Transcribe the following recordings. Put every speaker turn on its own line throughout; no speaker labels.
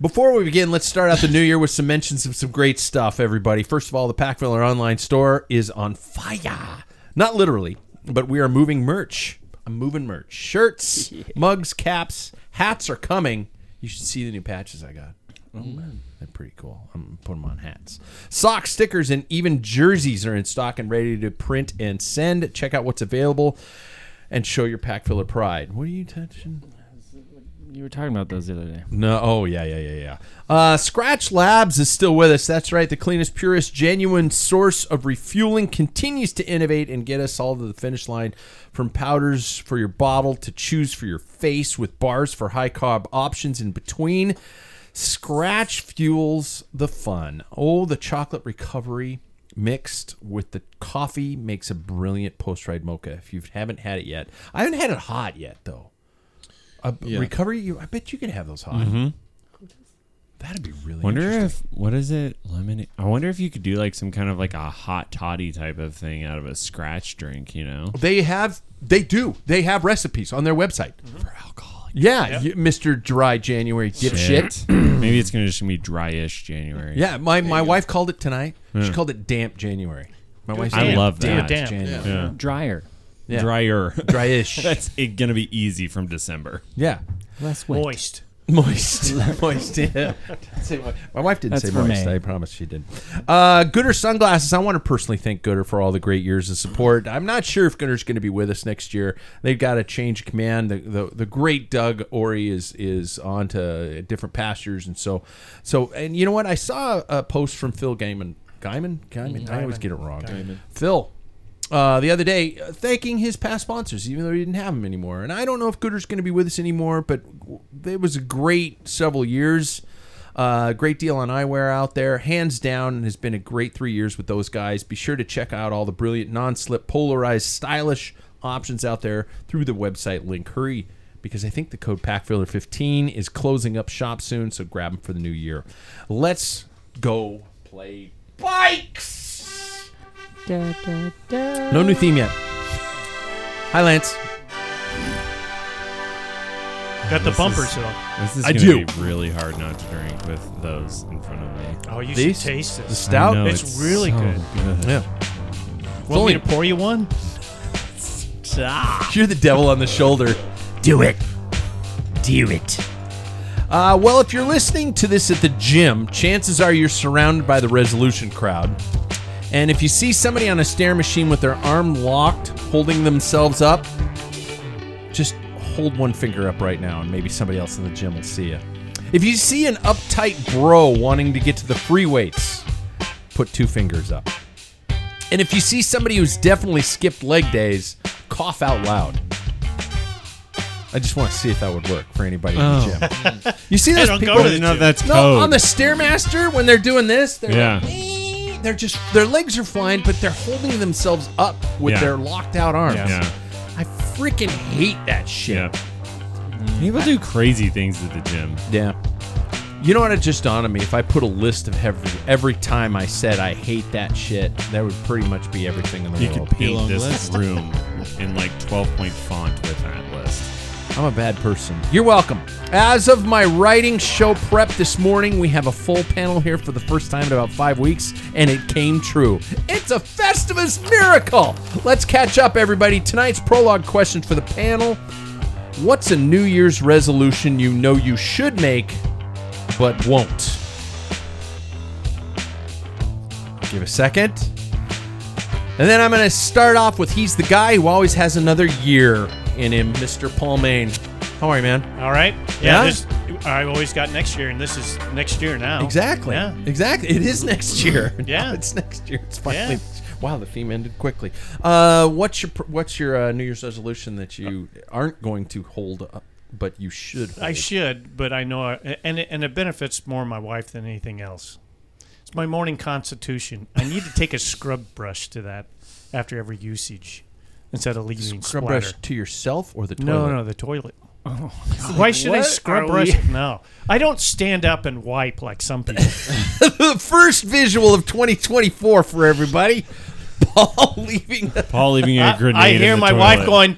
Before we begin, let's start out the new year with some mentions of some great stuff, everybody. First of all, the Packfiller online store is on fire. Not literally, but we are moving merch. I'm moving merch. Shirts, mugs, caps, hats are coming. You should see the new patches I got. Oh, man. They're pretty cool. I'm putting them on hats. Socks, stickers, and even jerseys are in stock and ready to print and send. Check out what's available and show your Packfiller pride. What are you touching?
You were talking about those the other day.
No. Oh, yeah, yeah, yeah, yeah. Uh, Scratch Labs is still with us. That's right. The cleanest, purest, genuine source of refueling continues to innovate and get us all to the finish line. From powders for your bottle to choose for your face with bars for high carb options in between. Scratch fuels the fun. Oh, the chocolate recovery mixed with the coffee makes a brilliant post ride mocha. If you haven't had it yet, I haven't had it hot yet, though. Uh, b- Recovery, you, I bet you could have those hot. That'd be really
Mm-hmm. Wonder
interesting.
if what is it? Lemonade. I wonder if you could do like some kind of like a hot toddy type of thing out of a scratch drink. You know,
They have, they do, they have recipes on their website.
for alcohol.
Yeah, you- Mr. Dry January dipshit.
Maybe it's gonna just be dryish January.
Yeah, my, my wife called it tonight. She called it damp January. My wife
I
said
love
damp
that.
January.
Yeah.
Drier.
Yeah.
Drier.
Dryish.
That's it, gonna be easy from December.
Yeah.
Less wet.
Moist.
Moist. moist. Yeah. Didn't say moist. My wife didn't
That's
say
for
moist.
me.
I promise she did. Uh, Gooder Sunglasses. I want to personally thank Gooder for all the great years of support. I'm not sure if Gooder's going to be with us next year. They've got a change of command. The, the the great Doug Ori is is on to different pastures, and so so. And you know what? I saw a post from Phil Gaiman. Gaiman. Gaiman. I always get it wrong. Phil uh, the other day uh, thanking his past sponsors, even though he didn't have them anymore. And I don't know if Gooder's going to be with us anymore, but w- it was a great several years. Uh, great deal on eyewear out there, hands down, and has been a great three years with those guys. Be sure to check out all the brilliant non-slip, polarized, stylish options out there through the website link. Hurry, because I think the code PackFiller15 is closing up shop soon, so grab them for the new year. Let's go play bikes. No new theme yet. Hi, Lance.
Got the bumpers though.
This is
I
gonna
do.
be really hard not to drink with those in front of me.
Oh, you
These?
should taste
The
this.
stout.
I know,
It's really
so
good.
yeah.
Want
only-
me to pour you one?
You're the devil on the shoulder. Do it. Do it. Uh, well, if you're listening to this at the gym, chances are you're surrounded by the resolution crowd. And if you see somebody on a stair machine with their arm locked, holding themselves up, just hold one finger up right now, and maybe somebody else in the gym will see you. If you see an uptight bro wanting to get to the free weights, put two fingers up. And if you see somebody who's definitely skipped leg days, cough out loud. I just want to see if that would work for anybody in the gym. You see those
don't
people
go to
I didn't know if that's
no,
code.
on the stairmaster when they're doing this, they're
Yeah.
like, "Eh," they're just their legs are flying, but they're holding themselves up with
Yeah.
their locked out arms.
Yeah.
I freaking hate that shit.
yeah. People do crazy things at the gym.
Yeah. You know what? It just dawned on me. If I put a list of every every time I said I hate that shit, that would pretty much be everything in the
You
world.
could paint
long
this
list.
room in like 12 point font with that list.
I'm a bad person. You're welcome. As of my writing show prep this morning, we have a full panel here for the first time in about five weeks, and it came true. It's a Festivus miracle. Let's catch up, everybody. Tonight's prologue question for the panel What's a New Year's resolution you know you should make but won't? Give a second. And then I'm going to start off with he's the guy who always has another year in him, Mr. Paul Maine. How are you, man?
All right.
Yeah.
Yeah. this- I've always got next year, and this is next year now.
Exactly.
Oh, Yeah.
Exactly. It is next year.
Yeah.
Now it's next year. It's finally.
Yeah.
Wow, the theme ended quickly. Uh, what's your pr- what's your uh, New Year's resolution that you aren't going to hold up, but you should? Hold?
I should, but I know, I, and it- and it benefits more my wife than anything else. It's my morning constitution. I need to take a scrub brush to that after every usage instead of leaving
scrub
splatter.
brush to yourself or the toilet. Oh,
No, no, the toilet. Why should I
what
scrub
are
brush?
we-
No, I don't stand up and wipe like some people.
the first visual of 2024 for everybody. Paul leaving the
Paul leaving a grenade.
I
in
hear
the
my
toilet.
wife going,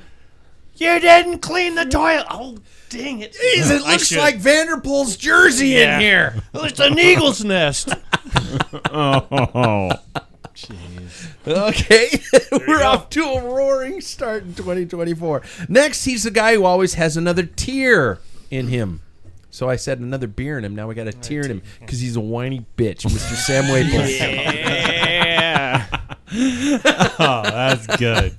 "You didn't clean the toilet." Oh, dang it!
Jeez, it
I
looks
should.
like Vanderpool's jersey
Yeah.
in here.
it's an eagle's nest.
Oh,
Okay, we're off to a roaring start in 2024. Next, he's the guy who always has another tear in him. So I said another beer in him. Now we got a tear in him because he's a whiny bitch, Mr. Sam Waples.
yeah. oh, that's good.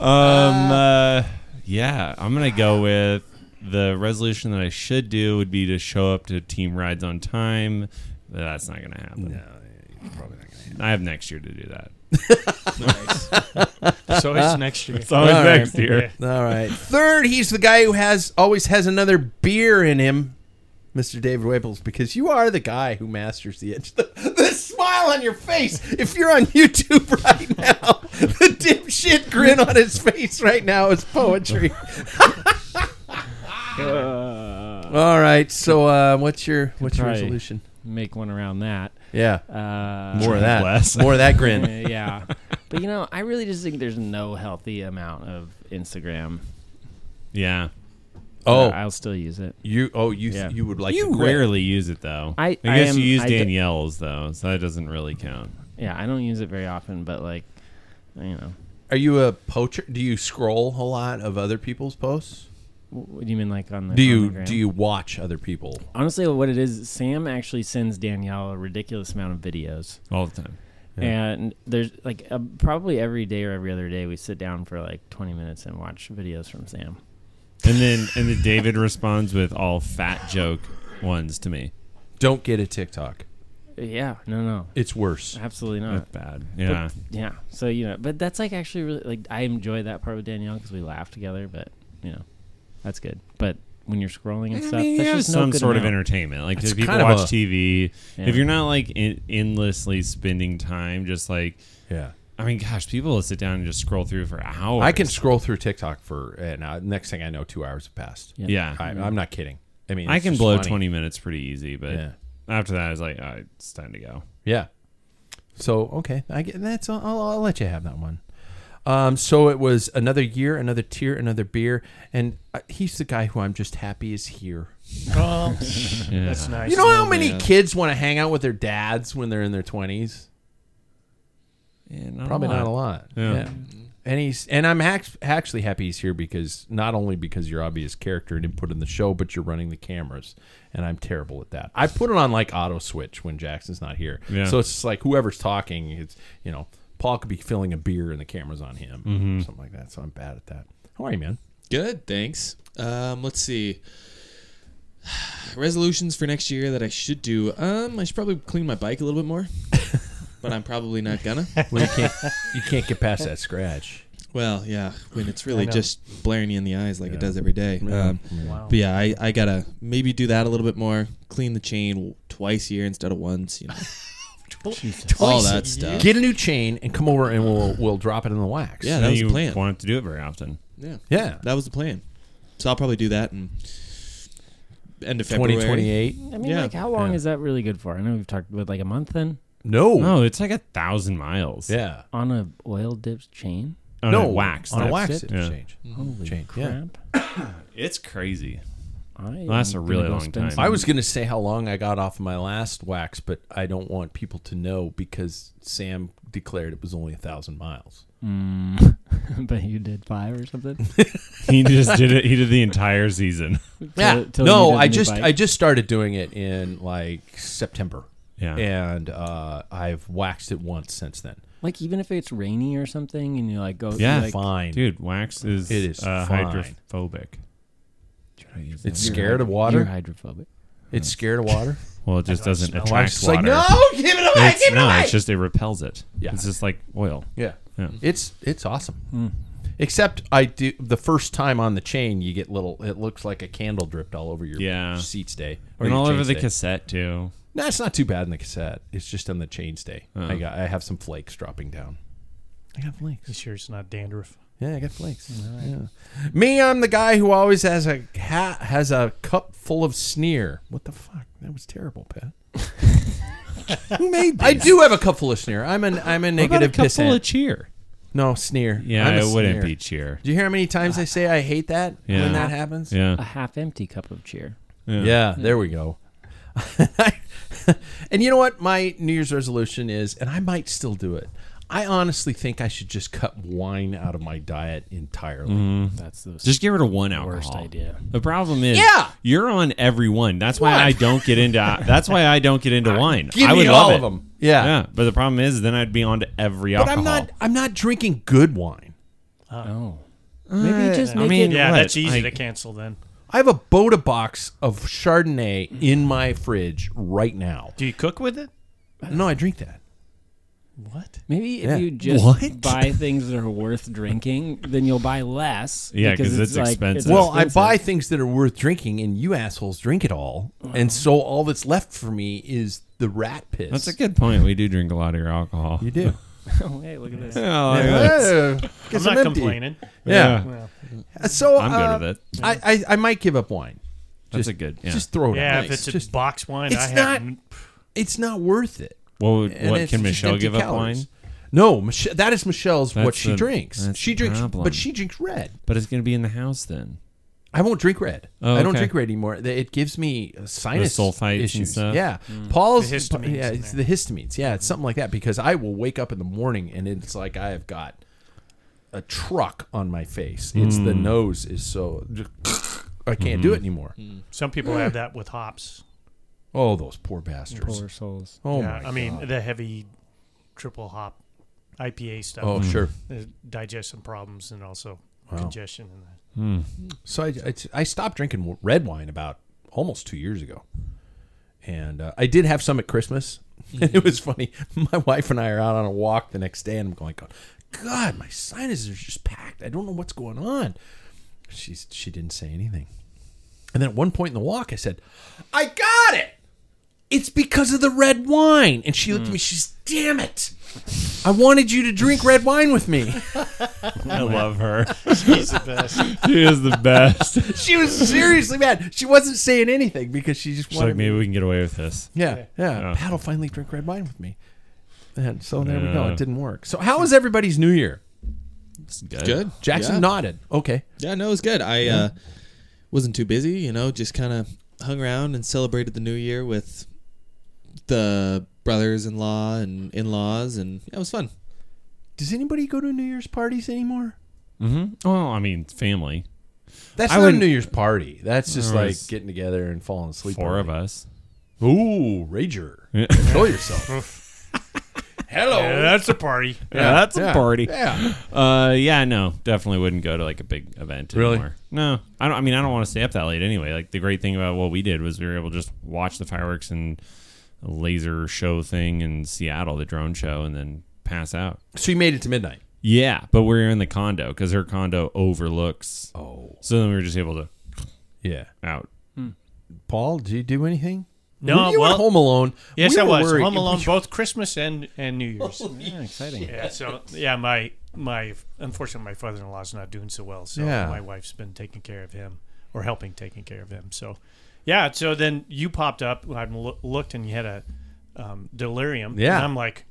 Um, uh, yeah, I'm gonna go with the resolution that I should do would be to show up to team rides on time. But that's not gonna happen. I have next year to do that.
so it's next year.
It's always
All right.
next year.
All right. Third, he's the guy who has always has another beer in him, Mr. David Waples, because you are the guy who masters the edge. The, the smile on your face. If you're on YouTube right now, the dipshit grin on his face right now is poetry.
Uh,
All right. So, uh, what's your what's your
Right.
resolution?
make one around that.
Yeah.
Uh,
More of that.
Bless.
More of that
uh,
grin.
yeah, but you know, I really just think there's no healthy amount of Instagram.
Yeah.
Uh,
Oh,
I'll still use it.
you. Oh, you.
Yeah.
You would like
you
to quit.
rarely use it though.
I- I
guess
am-
you use
I d-
Danielle's though, so that doesn't really count.
Yeah, I don't use it very often, but like, you know,
Are you a poacher? Do you scroll a lot of other people's posts?
wh- what do you mean like on the?
Do
on the
you
gram?
do you watch other people?
Honestly, what it is, Sam actually sends Danielle a ridiculous amount of videos.
All the time.
And there's like uh, probably every day or every other day we sit down for like 20 minutes and watch videos from Sam.
And then and then David responds with all fat joke ones to me.
Don't get a TikTok.
Yeah, no, no,
It's worse.
absolutely not.
That's bad. Yeah.
Yeah, so you know, but that's like actually really like I enjoy that part with Danielle because we laugh together. But you know, that's good. But when you're scrolling and stuff,
mean,
that's
you have
just no
some
good
sort of
amount.
entertainment. Like,
It's
do people
kind of
watch
a-
TV?
Yeah.
If you're not like en- endlessly spending time, just like,
Yeah.
I mean, gosh, people will sit down and just scroll through for hours.
I can scroll through TikTok for and uh, next thing I know 2 hours have passed.
Yeah.
I, I'm not kidding. I mean
I
it's
can
just
blow
funny.
20 minutes pretty easy, but
Yeah.
after that, it's like, all right, it's time to go.
Yeah. So, okay. I get that's I'll, I'll, I'll let you have that one. Um, so it was another year, another tear, another beer, and uh, he's the guy who I'm just happy is here.
Oh, that's nice.
You know how many kids want to hang out with their dads when they're in their 20s?
Yeah,
Probably not a lot.
Yeah.
Yeah. And he's and I'm act- actually happy he's here because not only because you're obvious character and input in the show, but you're running the cameras, and I'm terrible at that. I put it on like auto switch when Jackson's not here,
Yeah.
so it's just like whoever's talking, it's you know Paul could be filling a beer and the camera's on him,
Mm-hmm.
or something like that. So I'm bad at that. How are you, man?
Good, thanks. Um, let's see. Resolutions for next year that I should do. Um, I should probably clean my bike a little bit more, but I'm probably not gonna.
Well, you can't you can't get past that scratch.
Well, yeah, when it's really
know.
just blaring you in the eyes like it does every day. Um,
Wow.
But yeah, I, I gotta maybe do that a little bit more. Clean the chain twice a year instead of once. You know, all that stuff.
Get a new chain and come over and we'll we'll drop it in the wax.
Yeah,
That
that was
you
the plan.
want to do it very often.
Yeah,
yeah.
that was the plan. So I'll probably do that in end of February.
Twenty twenty eight.
I mean,
Yeah.
like how long is that really good for? I know we've talked about like a month then
No.
No, it's like a thousand miles. Oh,
Yeah.
on a oil dipped chain.
on
no
a wax.
on a
that's
wax
it. Yeah.
exchange.
Holy
Change, yeah.
crap!
It's crazy.
I am
that's a really
gonna go
long
spend
time.
some-
I was going to say how long I got off my last wax, but I don't want people to know because Sam declared it was only a thousand miles.
but you did five or something.
He just did it. He did the entire season.
Till- till you
no,
did the
I
new
just
bike.
I just started doing it in like September.
Yeah.
and uh, I've waxed it once since then.
like even if it's rainy or something, and you like "Oh, go,
Yeah.
you, like,
Fine,
Dude, wax is
It is
uh,
fine.
hydrophobic.
It's
You're
scared of
hydro-
water?
You're hydrophobic.
It's scared of water.
Well, it just doesn't
My wife's
attract water.
just like, no, give it away,
it's,
give it
no,
away.
it's just it repels it.
Yeah.
It's just like oil.
yeah.
Yeah. Mm.
it's it's awesome. Except I do the first time on the chain, you get little. It looks like a candle dripped all over your
Yeah.
seat stay or
And
your
all
chain
over the
stay.
cassette too.
No, it's not too bad in the cassette. It's just on the chain stay.
Uh-huh.
I got I have some flakes dropping down. I got flakes.
You sure it's not dandruff?
Yeah, I got flakes. Yeah. Me, I'm the guy who always has a hat has a cup full of sneer. What the fuck? That was terrible, Pat. who made I do have a cup full of sneer. I'm an I'm a negative
What about a couple
pissant.
of cheer.
no, sneer.
Yeah,
I'm a
it wouldn't
sneer.
be cheer.
Do you hear how many times I say I hate that
Yeah.
when that happens?
A
Yeah.
half empty cup of cheer.
Yeah, there we go. and you know what? My New Year's resolution is, and I might still do it. I honestly think I should just cut wine out of my diet entirely.
Mm-hmm.
That's the
Just get rid of one alcohol.
worst idea.
The problem is,
Yeah.
you're on every one. That's why
What?
I don't get into. That's why I don't get into wine.
Give
I would
me
love
all
it.
of them. Yeah.
yeah, but the problem is, then I'd be on to every
But
alcohol.
I'm not I'm not drinking good wine.
Oh, maybe just
I
make
mean,
it.
Yeah,
What?
that's easy
Like-
to cancel then.
I have a Boda box of Chardonnay in my fridge right now.
Do you cook with it?
No, I drink that.
What?
Maybe if
Yeah.
you just
What?
buy things that are worth drinking, then you'll buy less.
Yeah, 'cause it's
like-
expensive.
Well, I
expensive.
buy things that are worth drinking, and you assholes drink it all, and so all that's left for me is the rat piss.
That's a good point. We do drink a lot of your alcohol.
You do.
Oh, hey, look at this.
Yeah, like that.
Yeah, 'cause
I'm not
empty.
complaining.
Yeah. So
I'm good
uh,
with it.
I, I I might give up wine.
That's
Just-
a good. Yeah.
Just throw it.
Yeah,
out.
if it's
just
a box wine,
it's
I
not-
have. n-
it's not worth it.
what would-
And
what
it's
can
just
Michelle
empty
give up
calories.
wine?
No, Mich- that is Michelle's what
That's
she
the-
drinks.
that's
She
the
drinks,
problem.
but she drinks red.
But it's gonna be in the house then.
I won't drink red.
Oh,
I don't
okay.
drink red anymore. Th- It gives me uh, sinus
sulfites and
issues.
stuff?
Yeah, Paul's
Mm. The histamines
Yeah,
in
it's
there.
the histamines. Yeah, it's something like that because I will wake up in the morning and it's like I have got a truck on my face. It's
Mm.
the nose is so I can't
Mm-hmm.
do it anymore.
Some people have that with hops.
Oh, those poor bastards.
Poor souls.
Oh
yeah,
my
I mean
God.
the heavy triple hop IPA stuff.
Oh sure.
Uh, digestion problems and also congestion. And that.
So I, I, I stopped drinking w- red wine about almost two years ago, and uh, I did have some at Christmas. And it was funny. My wife and I are out on a walk the next day, and I'm going, "God, my sinuses are just packed. I don't know what's going on." She's she didn't say anything, and then at one point in the walk, I said, "I got it. It's because of the red wine." And she looked at me. She's, "Damn it! I wanted you to drink red wine with me."
I love her.
He's the best.
she is the best. She's
she was seriously mad. She wasn't saying anything because she just wanted
like, maybe we can get away with this.
Yeah, yeah.
Yeah.
Pat will finally drink red wine with me. And so there we go.
Yeah.
It didn't work. So how was everybody's New Year?
It's good.
Good.
Jackson
Yeah.
nodded. Okay.
Yeah, no, it was good. I uh, wasn't too busy, you know, just kind of hung around and celebrated the new year with the brothers in law and in laws, and yeah, it was fun.
Does anybody go to New Year's parties anymore?
Mm-hmm. Well, I mean, family.
That's
I
not a
wouldn't-
New Year's party. That's just
There
like
was
getting together and falling asleep.
Four
early.
of us.
Ooh, rager.
Yeah.
Control yourself. Hello.
Yeah, that's a party.
Yeah, that's
yeah,
a party.
Yeah.
Uh, yeah, no, definitely wouldn't go to like a big event
Really?
anymore. No, I don't. I mean, I don't want to stay up that late anyway. Like the great thing about what we did was we were able to just watch the fireworks and a laser show thing in Seattle, the drone show, and then pass out.
So you made it to midnight.
Yeah, but we were in the condo because her condo overlooks.
Oh.
So then we were just able to
Yeah.
out.
Paul, did you do anything?
No,
you were
well,
home alone.
yes,
We
I
were
was
worried.
home alone both Christmas and and New Year's.
Yeah, exciting.
Oh, Yeah, so yeah, my my unfortunately my father in law's not doing so well, so
Yeah.
my wife's been taking care of him or helping taking care of him. So yeah, so then you popped up. I lo- looked and you had a um, delirium.
Yeah.
and I'm like,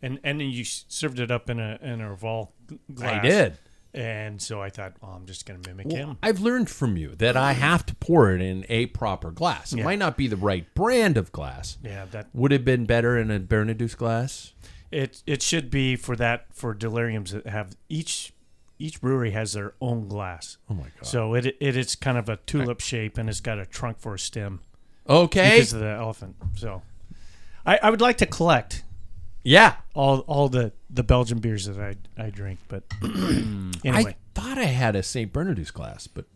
and and then you s- served it up in a in a Revolve glass.
I did.
And so I thought, well, I'm just going to mimic
Well,
him.
I've learned from you that I have to pour it in a proper glass. It
Yeah.
might not be the right brand of glass.
yeah, that
Would have been better in a Bernadou's glass.
it it should be for that for deliriums that have each each brewery has their own glass.
Oh my god.
So it it is kind of a tulip shape and it's got a trunk for a stem
okay.
because of the elephant. So I, I would like to collect
Yeah.
all all the the Belgian beers that I I drink, but
I
anyway,
thought I had a St. Bernardus glass, but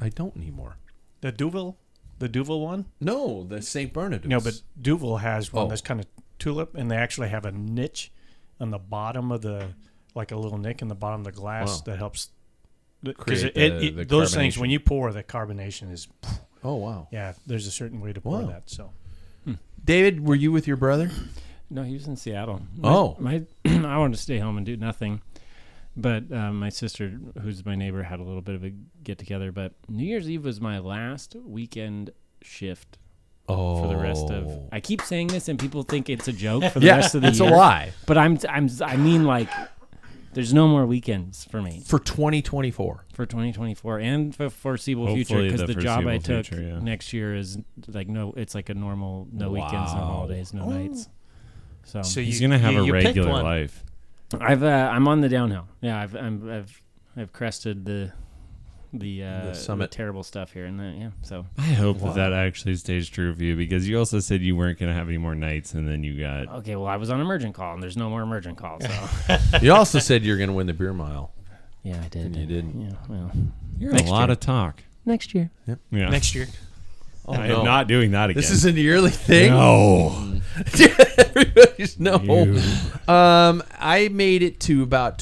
I don't anymore.
the Duvel, the Duvel one.
No, the St. Bernardus.
No, but Duvel has one
Oh.
that's kind of tulip, and they actually have a niche on the bottom of the, like a little nick in the bottom of the glass
Wow.
that helps. Because
Create
it, it,
the- the
it- those things,
carbonation.
when you pour, the carbonation is,
oh wow,
yeah, there's a certain way to pour
Wow.
that. So
Um,
David, were you with your brother?
No, he was in Seattle.
Oh.
my, my I wanted to stay home and do nothing, but um, my sister, who's my neighbor, had a little bit of a get together. But New Year's Eve was my last weekend shift
Oh,
for the rest of. I keep saying this, and people think it's a joke for the
yeah,
rest of the
it's
year.
a lie
But I'm I'm I mean like, there's no more weekends for me
for 2024.
for 2024 and for foreseeable future
Hopefully
because
the
the, job I
foreseeable
took
future, yeah.
next year is like no, it's like a normal no weekends, no
Wow.
holidays, no nights. Oh. So,
He's gonna have a regular life.
I've uh, I'm on the downhill. Yeah, I've I'm, I've I've crested the the, uh,
The summit.
terrible stuff here, and then yeah. So
I hope that that actually stays true for you because you also said you weren't going to have any more nights, and then you
Uh,
got.
okay, well I was on emergent call, and there's no more emergent calls. So
You also said you're going to win the beer mile.
yeah, I did.
And you didn't.
Yeah, well,
You're
next
a lot
year.
of talk.
next year.
Yeah.
next year.
Oh,
I
no.
am not doing that again.
This is a yearly thing.
No.
Everybody's no.
You.
Um, I made it to about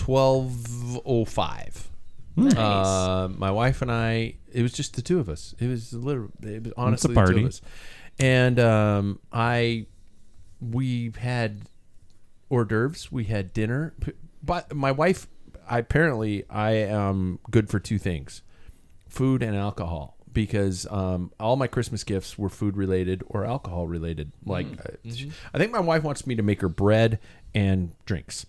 12:05. Uh, my wife and I. It was just the two of us. It was literally. It was honestly the two
party.
of us. And um, I, we had hors d'oeuvres. We had dinner. P- But my wife, I, apparently, I am good for two things: food and alcohol. Because um, all my Christmas gifts were food related or alcohol related. Like, I- I think my wife wants me to make her bread and drinks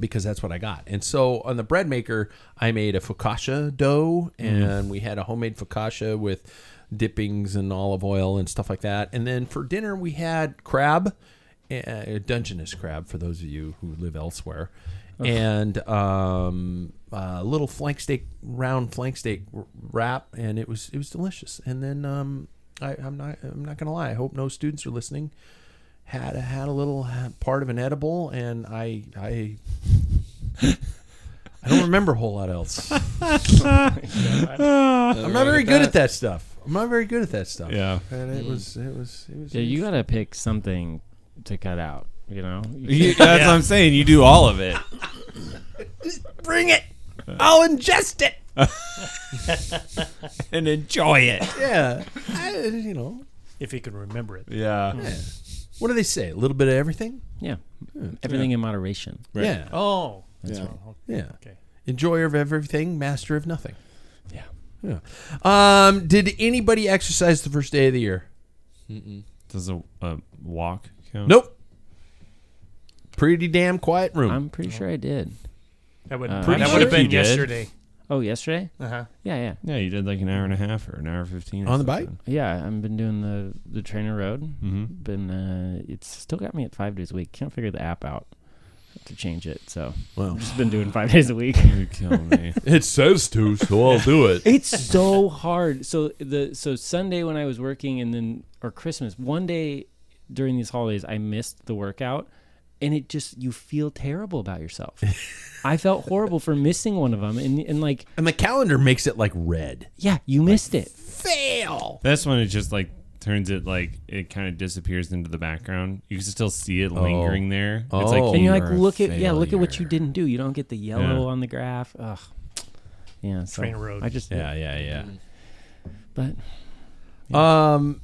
because that's what I got. And so on the bread maker, I made a focaccia dough, and we had a homemade focaccia with dippings and olive oil and stuff like that. And then for dinner, we had crab, uh, Dungeness crab, for those of you who live elsewhere, and um, a little flank steak, round flank steak r- wrap, and it was it was delicious. And then um, I, I'm not I'm not gonna lie. I hope no students are listening had had a little ha- part of an edible, and I I I don't remember a whole lot else. I'm not very good at that stuff. I'm not very good at that stuff.
Yeah.
and it was it was it was.
Yeah, you gotta pick something to cut out. You know,
You- that's what I'm saying. You do all of it.
bring it. I'll ingest it.
and enjoy it.
Yeah, I, you know
If he can remember it,
Yeah.
what do they say? A little bit of everything.
yeah, everything in moderation.
Right.
Yeah,
oh,
Yeah.
yeah.
okay.
Enjoyer of everything, master of nothing.
Yeah.
Yeah. Um, did anybody exercise the first day of the year?
Does a, a walk count?
Nope. Pretty damn quiet room.
I'm pretty sure I did.
That would
Uh,
that would
Pretty
have
sure you
been
did.
yesterday.
Oh, yesterday?
Uh-huh.
Yeah, yeah,
Yeah, you did like an hour and a half or an hour fifteen or
On the
something.
bike?
yeah. I've been doing the the trainer road.
Mm-hmm.
Been uh, it's still got me at five days a week. Can't figure the app out to change it. So
Wow.
just been doing five days a week.
You kill me.
It says to, so I'll do it.
It's so hard. So the so Sunday when I was working and then or Christmas, one day during these holidays I missed the workout and it just you feel terrible about yourself. I felt horrible for missing one of them and and like
And the calendar makes it like red.
yeah, you missed it.
Fail.
That's when it just like turns it like it kind of disappears into the background. You can still see it lingering there. It's Oh. like
Oh.
and
you
you're like
are a
look at yeah, look at what you
failure.
didn't do. You don't get the yellow
Yeah.
on the graph. Ugh. Yeah, so
Train road.
I just
Yeah, yeah,
but
yeah. Um,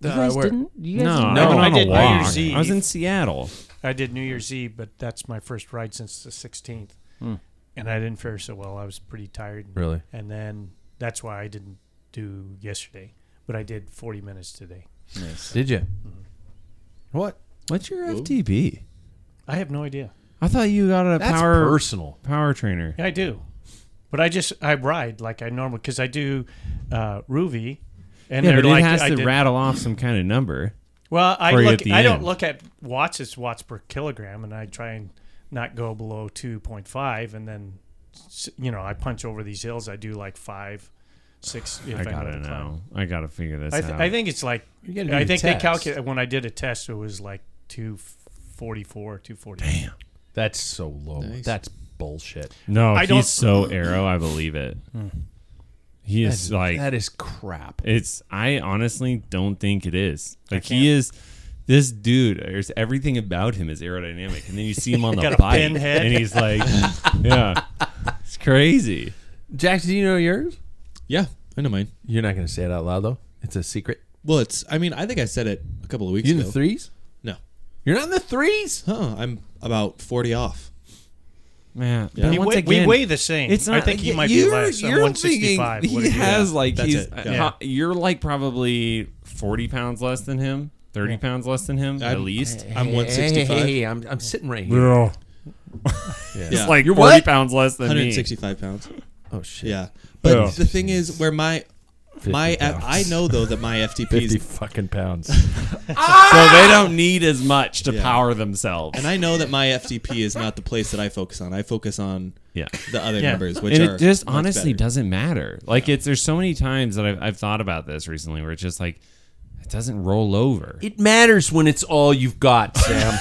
you
Uh,
guys
where-
didn't you guys
No,
didn't
I
No,
went
I
on
did
a
New
walk.
Year's Eve.
I was in Seattle.
I did New Year's Eve, but that's my first ride since the 16th,
Hmm.
and I didn't fare so well. I was pretty tired.
Really?
And then that's why I didn't do yesterday, but I did 40 minutes today.
did you? What?
What's your FTB?
I have no idea.
I thought you got a
That's
power
personal.
power trainer.
Yeah, I do. But I just I ride like I normally because I do uh, Ruvi, and
Yeah,
they're
but
like
it has
I
to
did-
rattle off some kind of number.
Well, I
for you at
look.
the
I don't
end.
look at watts. It's watts per kilogram, and I try and not go below two point five, and then s- you know I punch over these hills. I do like five, six. If
I
know
gotta
the climb.
know. I gotta figure this
I, th-
out.
I think it's like
You gotta do
I
the
think
test.
they calculate when I did a test. It was like two forty four, two forty.
That's so low.
Nice.
That's bullshit.
no,
I
he's
don't- Hmm.
so arrow. I believe it. He is
That-
like
that is crap.
It's I honestly don't think it is. Like he is this dude, there's everything about him is aerodynamic. And then you see him on
Got
the
a
bike
pinhead.
and he's like Yeah. It's crazy.
Jackson, do you know yours?
Yeah, I know mine.
You're not going to say it out loud though. It's a secret.
Well, it's. I mean, I think I said it a couple of weeks
You in
ago.
the threes?
No,
You're not in the threes.
huh? I'm about forty off.
Man.
Yeah.
But
We
once
weigh,
again,
we weigh the same.
It's not,
I think he might be
you're-
less. I'm
You're
one
thinking
sixty five.
he has like
That's
he's
it.
uh,
Yeah.
ho- you're like probably forty pounds less than him, thirty pounds less than him at
I'm-
least.
I'm one sixty
Hey, hey,
five.
hey, I'm, I'm sitting right here.
yeah.
Yeah.
Like
You're
forty
what?
pounds less than
One
me.
hundred sixty-five pounds.
Oh shit.
Yeah, but
Yeah.
the thing is, where my my
pounds.
I know though that my FTPs
Fifty fucking pounds.
So they don't need as much to
Yeah.
power themselves.
and I know that my FTP is not the place that I focus on. I focus on
yeah.
the other
Yeah.
numbers, which
and
are
it just
much
honestly
better.
doesn't matter. Like it's there's so many times that I've, I've thought about this recently where it's just like it doesn't roll over.
it matters when it's all you've got, Sam.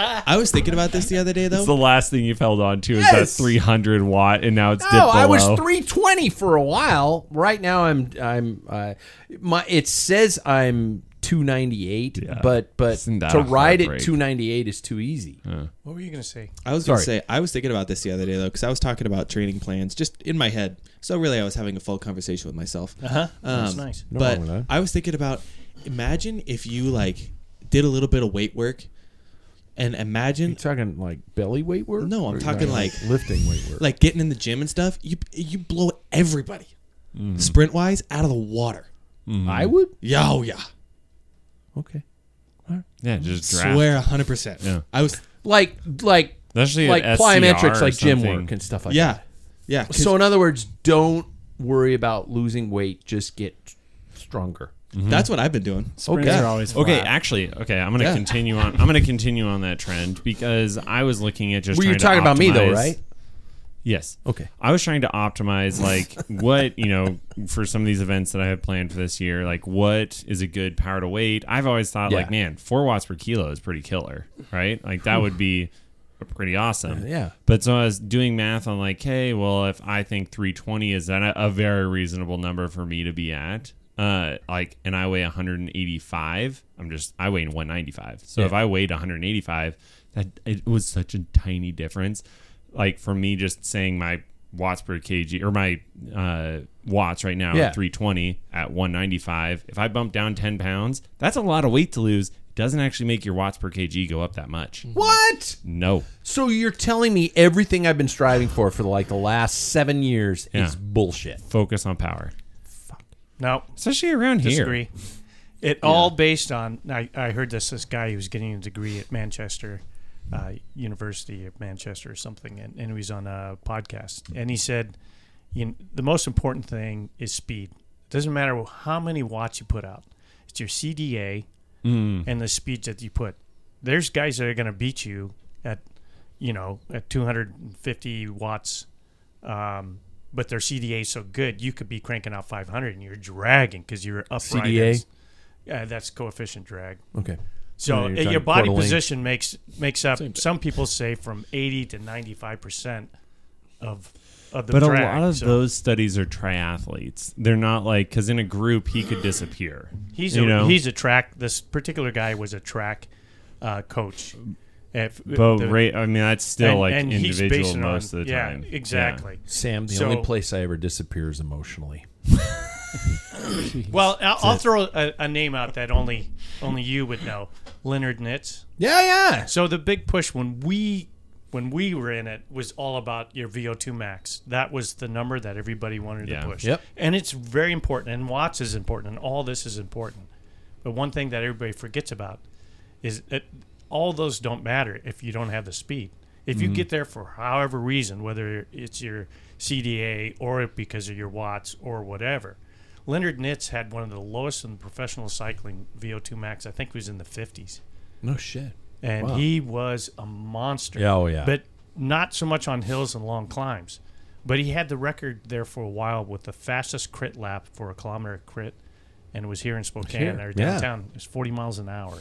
I was thinking about this the other day
It's the
though.
last thing you've held on to is
Yes!
that 300 watt, and now it's dipped
No,
below.
Oh, I was 320 for a while. Right now, I'm I'm uh, my. It says I'm 298,
Yeah.
but but
Isn't that
to
a
ride at
heartbreak?
298 is too easy.
What were you gonna say?
I was going to
Sorry.
say I was thinking about this the other day though because I was talking about training plans just in my head. So really, I was having a full conversation with myself.
Huh?
Uh-huh.
That's
Um,
nice.
but I was thinking about imagine if you like did a little bit of weight work, and imagine
You talking like belly weight work?
No, I'm
Or you
talking like-
lifting weight work.
like getting in the gym and stuff. You you blow everybody
Mm-hmm.
sprint wise out of the water.
I would.
Yeah, oh yeah,
Okay.
yeah, just draft.
swear hundred percent.
Yeah.
I was
Like like
That's actually
like
an SCR
plyometrics,
or
like gym
something.
work and stuff like
yeah yeah.
that.
'cause-
So in other words, don't worry about losing weight. Just get stronger.
That's what I've been doing.
Springs
Okay.
are always flat.
Okay, actually, okay, I'm gonna
Yeah.
continue on. I'm gonna continue on that trend because I was looking at just.
Well, you're
trying
talking
to
about me though,
optimize-
right?
Yes.
Okay.
I was trying to optimize like what, you know, for some of these events that I had planned for this year, like what is a good power to weight? I've always thought
Yeah.
like, man, four watts per kilo is pretty killer, right? Like that would be pretty awesome.
Yeah.
But so I was doing math on like, hey, well, if I think 320 is a, a very reasonable number for me to be at, uh, like, and I weigh 185, I'm just I weigh 195. So if I weighed 185, that it was such a tiny difference, like for me just saying my watts per kg or my uh, watts right now
Yeah.
at 320 at 195. If I bump down 10 pounds, that's a lot of weight to lose. It doesn't actually make your watts per kg go up that much.
Mm-hmm. What?
No.
So you're telling me everything I've been striving for for like the last seven years
Yeah.
is bullshit.
Focus on power.
No,
especially around here.
disagree. It all based on I, I heard this this guy who was getting a degree at Manchester uh, University of Manchester or something, and, and he was on a podcast, and he said, you know, the most important thing is speed. It doesn't matter how many watts you put out; it's your CDA and the speed that you put. There's guys that are going to beat you at, you know, at 250 watts um, but their CDA is so good, you could be cranking out 500 and you're dragging because you're up
CDA?
Uh, that's coefficient drag.
Oh,
Okay. Yeah,
So
you're
uh,
talking
your body
Coeur d'Alene.
position makes makes up. Some people say from 80 to 95 percent of of the
But
drag.
a lot of
so
those studies are triathletes. They're not like because in a group he could disappear.
he's
you
a,
know?
he's a track. This particular guy was a track uh, coach. If,
But
the-
rate, I mean, that's still
and-
like
and he's
individual
basing it on-
most of the
yeah,
time.
Exactly.
Sam, the
So-
only place I ever disappear is emotionally.
Well, I'll, I'll throw a, a name out that only only you would know, Leonard Nitz.
Yeah, yeah.
So the big push when we when we were in it was all about your VO2 max. That was the number that everybody wanted
Yeah.
to push.
Yep.
And it's very important and watts is important and all this is important. But one thing that everybody forgets about is that all those don't matter if you don't have the speed. If you get there for however reason, whether it's your CDA or because of your watts or whatever, Leonard Nitz had one of the lowest in professional cycling VO2 max. I think it was in the 50s
No shit.
and
Wow.
he was a monster.
Yeah, oh, yeah.
But not so much on hills and long climbs. But he had the record there for a while with the fastest crit lap for a kilometer crit, and it was here in Spokane
Here,
or
yeah.
downtown. It was forty miles an hour.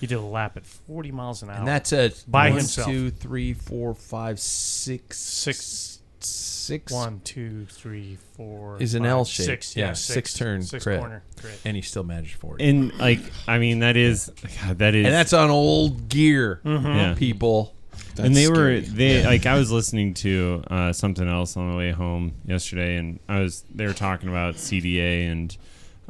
He did a lap at forty miles an hour.
And that's a
By
one,
himself.
two, three, four, five, six,
Six.
six.
one, two, three, four.
Is an
five,
L shape.
Six,
Yeah,
yeah,
six turn
six
crit.
corner crit.
and he still managed forty. And,
And like, I mean, that is God, that is
that's on old gear,
Mm-hmm.
yeah.
people.
and they
That's
were
scary.
they like I was listening to uh, something else on the way home yesterday, and I was they were talking about CDA and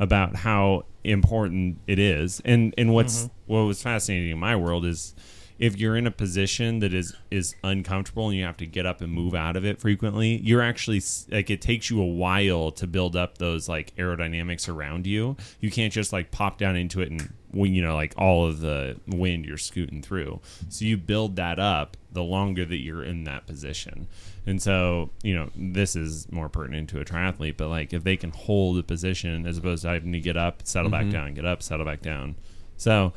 about how important it is, and and what's
Mm-hmm.
what was fascinating in my world is if you're in a position that is is uncomfortable and you have to get up and move out of it frequently, you're actually s- like it takes you a while to build up those like aerodynamics around you. You can't just like pop down into it and when you know like all of the wind you're scooting through. So you build that up the longer that you're in that position. And so, you know, this is more pertinent to a triathlete, but like if they can hold a position as opposed to having to get up, settle
Mm-hmm.
back down, get up, settle back down. So,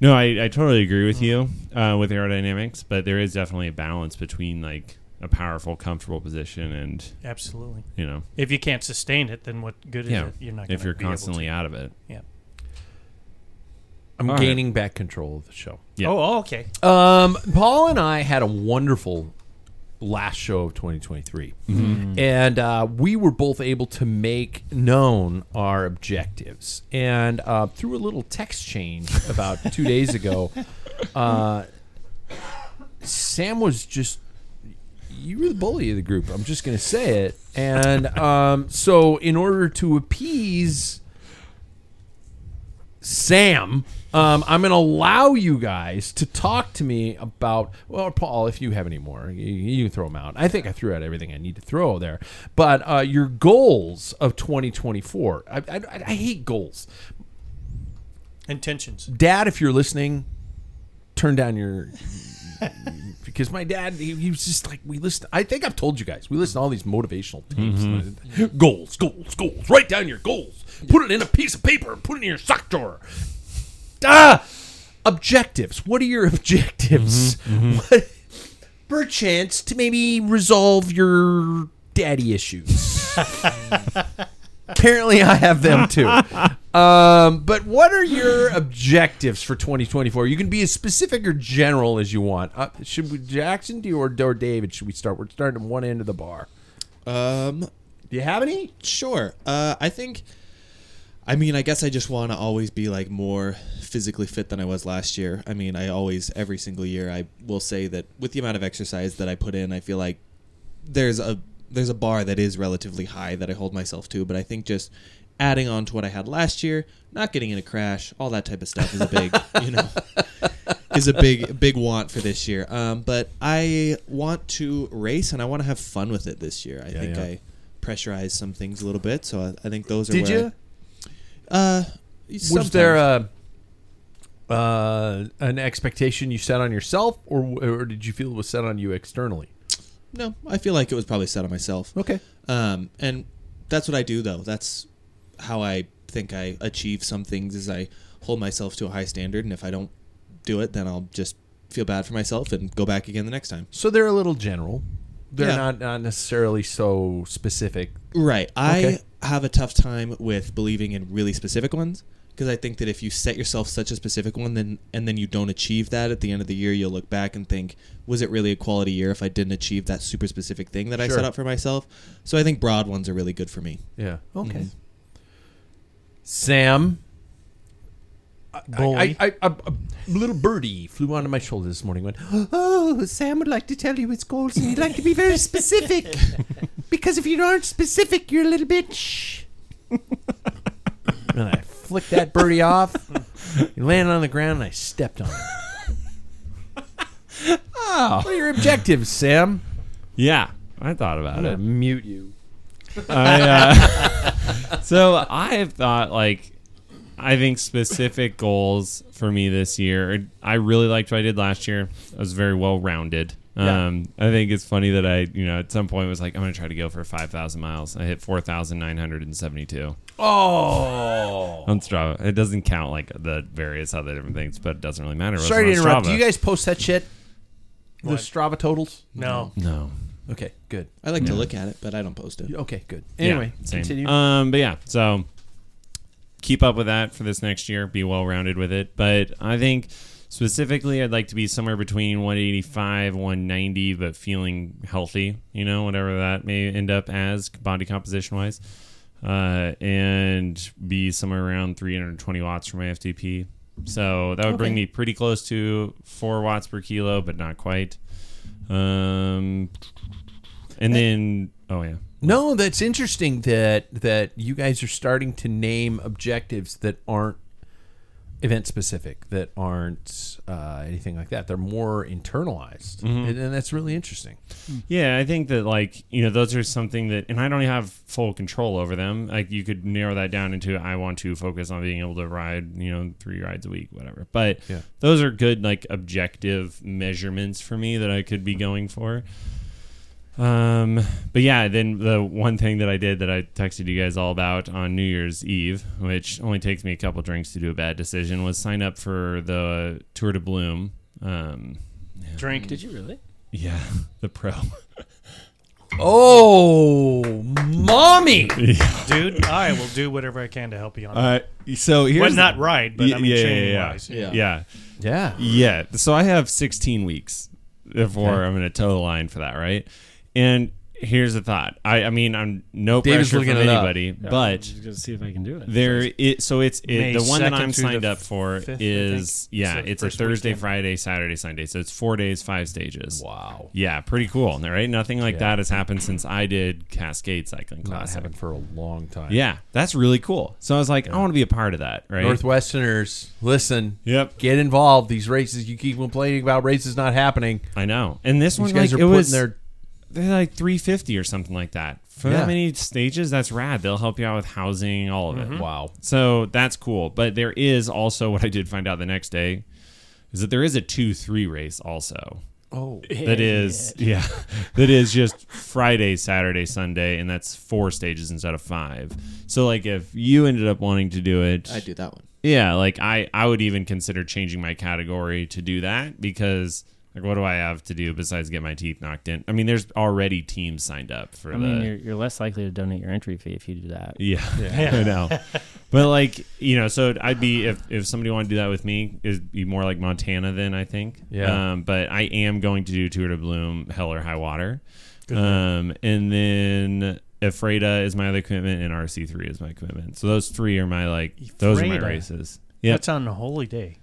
no, I, I totally agree with you uh, with aerodynamics, but there is definitely a balance between like a powerful, comfortable position and,
Absolutely.
you know,
If you can't sustain it, then what good is
yeah,
it? You're not.
if
gonna
you're
be able to.
constantly out of it.
Yeah.
I'm
All right.
gaining back control of the show.
Yeah.
Oh, oh, okay.
Um, Paul and I had a wonderful last show of 2023, and uh, we were both able to make known our objectives. And uh, through a little text change about two days ago, uh, Sam was just you were the bully of the group. I'm just going to say it. And um, so, in order to appease Sam, um, I'm going to allow you guys to talk to me about. Well, Paul, if you have any more, you, you can throw them out. I think I threw out everything I need to throw there. But uh, your goals of 2024. I, I, I hate goals.
Intentions.
Dad, if you're listening, turn down your because my dad he, he was just like we listen i think i've told you guys we listen to all these motivational tapes goals goals goals write down your goals put it in a piece of paper and put it in your sock drawer ah objectives what are your objectives What- perchance to maybe resolve your daddy issues apparently i have them too um, but what are your objectives for 2024? You can be as specific or general as you want. Uh, should we, Jackson, do you, or, or David, should we start? We're starting at one end of the bar.
Um,
Do you have any?
sure. Uh, I think. I mean, I guess I just want to always be like more physically fit than I was last year. I mean, I always every single year I will say that with the amount of exercise that I put in, I feel like there's a there's a bar that is relatively high that I hold myself to. But I think just adding on to what I had last year, not getting in a crash, all that type of stuff is a big, you know, is a big big want for this year. Um, but I want to race and I want to have fun with it this year. I think
yeah.
I pressurized some things a little bit, so I, I think those are.
Did
where I-
you?
uh,
Was there a, uh, an expectation you set on yourself, or, or did you feel it was set on you externally?
no? I feel like it was probably set on myself.
Okay.
Um, and that's what I do though. That's how I think I achieve some things is I hold myself to a high standard, and if I don't do it, then I'll just feel bad for myself and go back again the next time.
So they're a little general. They're
Yeah.
not, not necessarily so specific.
Right. I
Okay.
have a tough time with believing in really specific ones because I think that if you set yourself such a specific one, then and then you don't achieve that at the end of the year, you'll look back and think, was it really a quality year if I didn't achieve that super specific thing that I
Sure.
set out for myself? So I think broad ones are really good for me.
Yeah. Okay. Sam. I, I, I, a, a little birdie flew onto my shoulder this morning. Went, oh, Sam would like to tell you his goals, and he'd like to be very specific, because if you aren't specific, you're a little bitch. and I flicked that birdie off. He landed on the ground, and I stepped on it. What are your objectives, Sam?
Yeah. I thought about
I'm
it.
gonna mute you.
I, uh, so I have thought like I think specific goals for me this year. I really liked what I did last year. I was very well rounded. Um, I think it's funny that I, you know, at some point was like, I'm going to try to go for 5,000 miles. I hit 4,972
Oh.
on Strava. It doesn't count like the various other different things, but it doesn't really matter. It
Sorry to
wasn't on
interrupt.
Strava.
Do you guys post that shit? The
What?
Strava totals?
No.
No.
Okay, good.
I like to look at it, but I don't post it.
Okay, good.
Yeah,
Anyway,
same.
continue.
Um, but yeah, so keep up with that for this next year. Be well rounded with it. But I think specifically, I'd like to be somewhere between 185, 190, but feeling healthy. You know, whatever that may end up as body composition wise, uh, and be somewhere around 320 watts for my FTP. So that would bring me pretty close to four watts per kilo, but not quite. Um,
Eh.
and then, oh yeah.
No, that's interesting that that you guys are starting to name objectives that aren't event specific, that aren't uh, anything like that. They're more internalized,
Mm-hmm.
and, and that's really interesting.
Yeah, I think that like you know those are something that, and I don't have full control over them. Like you could narrow that down into I want to focus on being able to ride you know three rides a week, whatever. But
Yeah.
those are good like objective measurements for me that I could be going for. Um, but yeah, then the one thing that I did that I texted you guys all about on New Year's Eve, which only takes me a couple drinks to do a bad decision, was sign up for the Tour de Bloom. Um,
Drink.
Did you really?
yeah, the pro.
Oh, mommy!
Dude, I will do whatever I can to help you on that.
Uh, so here's
Well, not ride, but
Yeah,
I mean,
yeah,
training
yeah,
wise.
Yeah.
Yeah.
Yeah,
Yeah. So I have 16 weeks before I'm going to toe the line for that, right? And here's the thought. I, I mean, I'm no
David's
pressure from
looking it up.
anybody,
I'm
but
just gonna see if I can do it.
there it so it's
May
it, the one that
2nd
I'm
through the
signed up for
fifth, I
is
think.
yeah,
So
it's a
first
Thursday,
weekend.
Friday, Saturday, Sunday. So it's 4 days, 5 stages.
wow.
Yeah, pretty cool, right? Nothing like
Yeah.
that has happened since I did Cascade Cycling
Not
Classic.
happened for a long time.
Yeah, that's really cool. So I was like, I want to be a part of that, right?
Northwesterners, listen.
Yep.
Get involved. These races you keep complaining about races not happening.
I know. And this
These
one,
guys
like,
are
it
putting
was
their
they're like 350 or something like that for
Yeah.
that many stages that's rad they'll help you out with housing all of it
wow.
so that's cool but there is also what i did find out the next day is that there is a 2-3 race also
Oh,
that is yeah that is just friday saturday sunday and that's four stages instead of five so like if you ended up wanting to do it
I do that one.
yeah, like I I would even consider changing my category to do that because like what do I have to do besides get my teeth knocked in? I mean, there's already teams signed up for
I
the
mean, you're, you're less likely to donate your entry fee if you do that.
yeah, I know. But like you know, so I'd be if if somebody wanted to do that with me, it'd be more like Montana then I think.
Yeah.
Um, but I am going to do Tour de Bloom, Hell or High Water, um, and then Ephrata is my other commitment, and RC three is my commitment. So those three are my like those are my
Ephrata.
races. Yeah,
That's on a holy day.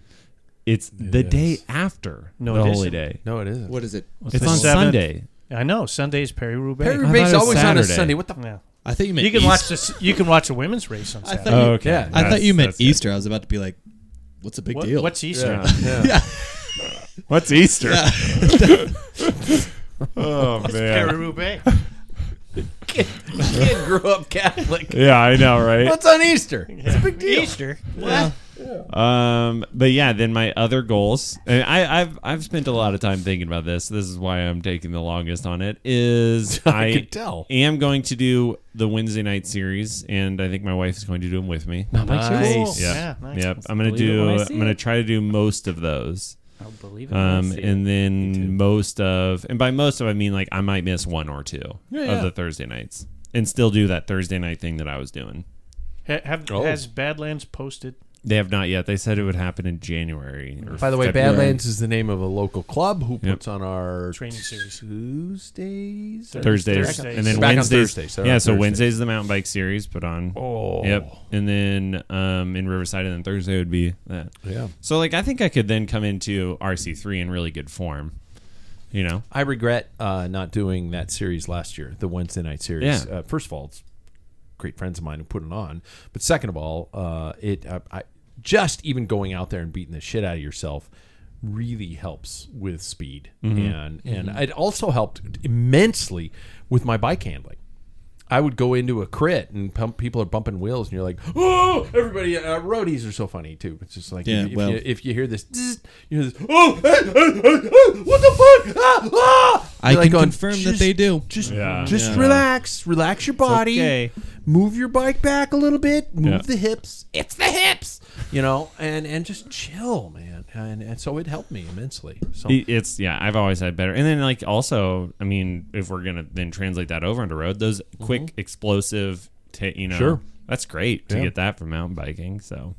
it's the
is.
day after
No,
the
it
holy
isn't.
day.
no, it isn't.
What is it?
It's on
Seventh.
Sunday.
I know. Sunday's Perry Roubaix.
Perry
I thought
Bay's
it was
always on a
Saturday.
Sunday. What the? F-
Yeah.
I thought you meant
You can
East-
watch this. You can watch a women's race on
I thought
Saturday.
you-
okay.
Yeah.
I thought you meant
that's it.
Easter. I was about to be like, what's a big
What-
deal?
What's Easter?
yeah.
What's Easter? oh
Perry
man.
Roubaix.
kid grew up Catholic.
Yeah, I know, right?
What's on Easter? It's a big deal.
Easter.
Um, but yeah, then my other goals, and I, I've I've spent a lot of time thinking about this. This is why I'm taking the longest on it. Is
I
I,
could tell.
am going to do the Wednesday night series, and I think my wife is going to do them with me.
Nice.
Yeah,
Yeah, nice.
yep. I'm gonna
Believe it when
do.
I see
I'm gonna
it.
try to do most of those.
I'll believe it.
Oh,
when I
Um,
see it.
and then most of, and by most of, I mean like I might miss one or two
yeah.
of the Thursday nights and still do that Thursday night thing that I was doing.
Ha- have,
Oh.
Has Badlands posted?
They have not yet. They said it would happen in January. or
By the way,
February.
Badlands is the name of a local club who
Yep.
puts on our
Training series.
Tuesdays.
Thursdays,
Thursdays.
and then
Back on
Wednesdays.
Thursdays. They're
Yeah,
on
so
Thursdays.
Wednesday's the mountain bike series put on.
Oh.
Yep, and then um, in Riverside, and then Thursday would be that.
Yeah.
So like, I think I could then come into RC three in really good form. You know,
I regret uh, not doing that series last year, the Wednesday night series.
Yeah.
Uh, first of all, it's great friends of mine who put it on, but second of all, uh, it uh, I, just even going out there and beating the shit out of yourself really helps with speed, and and it also helped immensely with my bike handling. I would go into a crit and pump, people are bumping wheels, and you're like, oh, everybody, uh, roadies are so funny too. It's just like,
Yeah,
if, if
well-
you, if you hear this, zzz, you hear this, oh, eh, eh, eh, eh, what the fuck? Ah, ah!
I
You're like
can
going,
confirm that
"Just-
they do.
Just,
Yeah.
just
Yeah.
relax, relax your body,
okay.
move your bike back a little bit, move
Yeah.
the hips. It's the hips, you know, and and just chill, man. And, and so it helped me immensely. So
It- It's yeah, I've always had better. And then like also, I mean, if we're gonna then translate that over into road, those
Mm-hmm.
quick explosive, ta you know,
Sure.
that's great to
Yeah.
get that from mountain biking. So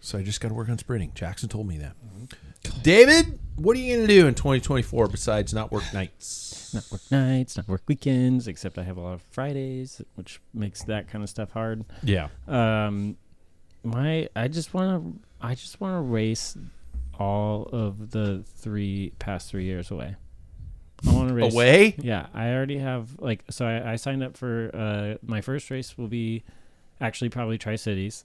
So I just got to work on sprinting. Jackson told me that. Mm-hmm. David, what are you going to do in 2024 besides not work nights?
not work nights, not work weekends, except I have a lot of Fridays, which makes that kind of stuff hard.
Yeah.
Um, my I just want to I just want to race all of the three past three years away. I want to race
Away?
Yeah, I already have like so I, I signed up for uh my first race will be actually probably Tri Cities.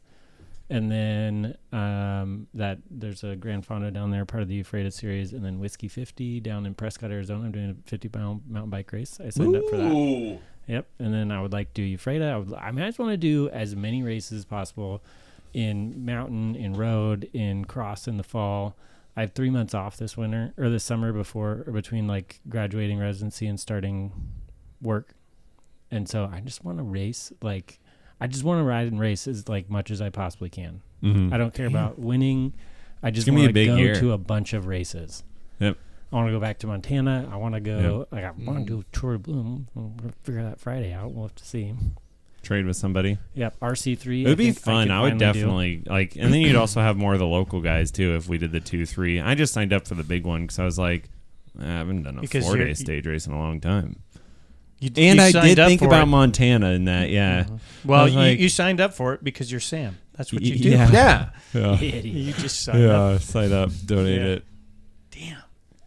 And then um, that there's a Grand Fondo down there, part of the Euphrates series, and then Whiskey 50 down in Prescott, Arizona. I'm doing a 50 pound mountain bike race. I signed up for that.
Ooh.
Yep. And then I would like to do Euphrata. I, would, I mean, I just want to do as many races as possible in mountain, in road, in cross in the fall. I have three months off this winter or this summer before or between like graduating residency and starting work. And so I just want to race. Like, I just want to ride and race as like much as I possibly can. I don't care about winning. I just
gonna be a
want to
big
go
year.
to a bunch of races.
Yep.
I want to go back to Montana. I want to go. Like, I want to do Tour de Bloom. We'll figure that Friday out. We'll have to see.
trade with somebody.
Yep, RC3.
It would
I
be
think
fun.
could
I, would
finally do.
definitely like, and then you'd also have more of the local guys too. If we did the two, three, I just signed up for the big one because I was like, I haven't done a
Because
four day
you're-
stage race in a long time.
You,
And
you
I
signed
did
up
think
for
about
it.
Montana in that. Yeah, I
Well,
was like-
you, you signed up for it because you're Sam. That's what
Y-
you do.
yeah.
Yeah.
yeah,
You just signed up.
yeah. Sign up, donate
Yeah.
it.
Damn.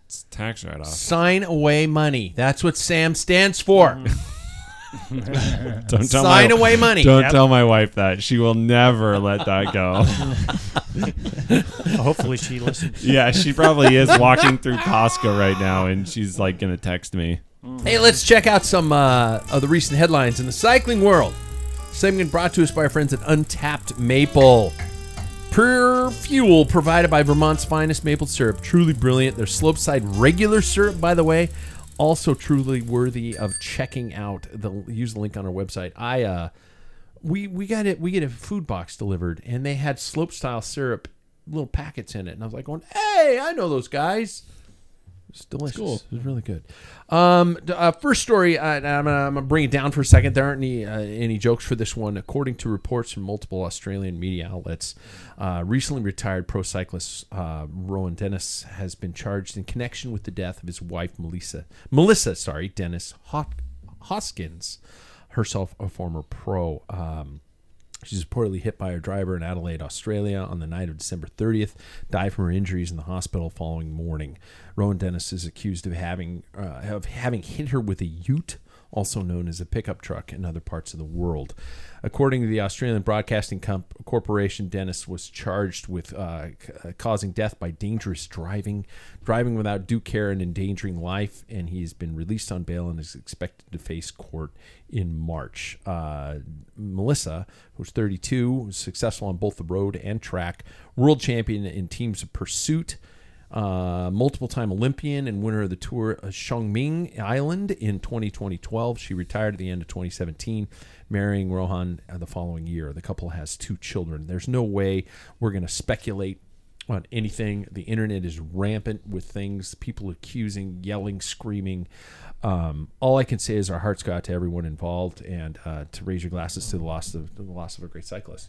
It's tax write off.
Sign away money. That's what SAM stands for.
Don't tell
Sign
my,
away money.
Don't
Yep.
tell my wife that. She will never let that go.
Hopefully she listens.
yeah, she probably is walking through Costco right now, and she's like gonna text me.
Hey, let's check out some uh, of the recent headlines in the cycling world. Segment brought to us by our friends at Untapped Maple. Pure fuel provided by Vermont's finest maple syrup. Truly brilliant. Their slopeside regular syrup, by the way, also truly worthy of checking out. The use the link on our website. I uh, we we got it. We get a food box delivered, and they had slope style syrup, little packets in it, and I was like, going, "Hey, I know those guys." It's delicious. It was really good. Um, d- uh, first story. Uh, and I'm, gonna, I'm gonna bring it down for a second. There aren't any uh, any jokes for this one. According to reports from multiple Australian media outlets, uh, recently retired pro cyclist uh, Rowan Dennis has been charged in connection with the death of his wife Melissa. Melissa, sorry, Dennis Hot, Hoskins, herself a former pro. Um, She's reportedly hit by her driver in Adelaide, Australia, on the night of December 30th. Died from her injuries in the hospital following morning. Rowan Dennis is accused of having uh, of having hit her with a Ute, also known as a pickup truck, in other parts of the world. According to the Australian Broadcasting Comp- Corporation, Dennis was charged with uh, c- uh, causing death by dangerous driving, driving without due care, and endangering life. And he has been released on bail and is expected to face court in March. Uh, Melissa, who's 32, was successful on both the road and track, world champion in teams of pursuit, uh, multiple time Olympian and winner of the tour of Chongming Island in 2020 12. She retired at the end of 2017, marrying Rohan uh, the following year. The couple has two children. There's no way we're going to speculate on anything. The internet is rampant with things, people accusing, yelling, screaming. Um, all I can say is our hearts go out to everyone involved, and uh, to raise your glasses to the loss of to the loss of a great cyclist.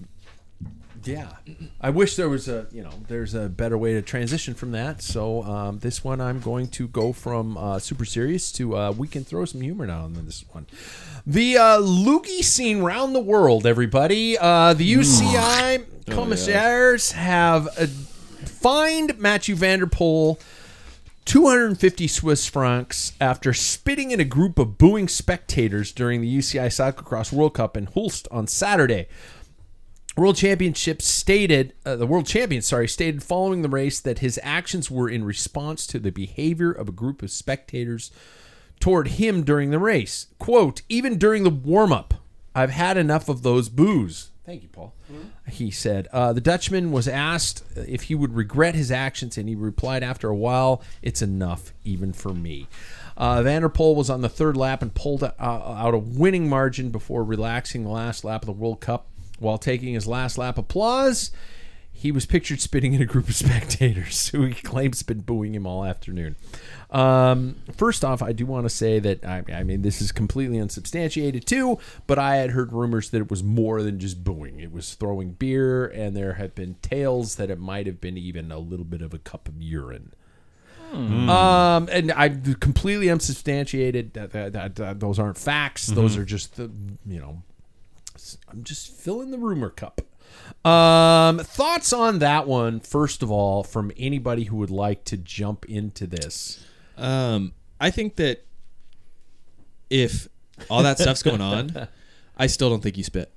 yeah. I wish there was a, you know, there's a better way to transition from that. So um, this one, I'm going to go from uh, super serious to uh, we can throw some humor down on this one. The uh, loogie scene round the world, everybody. Uh, the UCI commissaires have uh, fined Matthew Vanderpool. 250 Swiss francs after spitting in a group of booing spectators during the UCI Soccer Cross World Cup in Hulst on Saturday. World Championship stated uh, the World Champion, sorry, stated following the race that his actions were in response to the behavior of a group of spectators toward him during the race. Quote, even during the warm up, I've had enough of those boos. Thank you, Paul. He said. Uh, the Dutchman was asked if he would regret his actions, and he replied, after a while, it's enough even for me. Uh, Vanderpool was on the third lap and pulled uh, out a winning margin before relaxing the last lap of the World Cup while taking his last lap applause he was pictured spitting in a group of spectators who he claims have been booing him all afternoon. Um, first off, I do want to say that I, I mean this is completely unsubstantiated too, but I had heard rumors that it was more than just booing. It was throwing beer, and there had been tales that it might have been even a little bit of a cup of urine. Um, and I completely unsubstantiated. That, that, that, that- those aren't facts. Those are just the you know I'm just filling the rumor cup. Um, thoughts on that one, first of all, from anybody who would like to jump into this.
Um, I think that if all that stuff's going on, I still don't think you spit.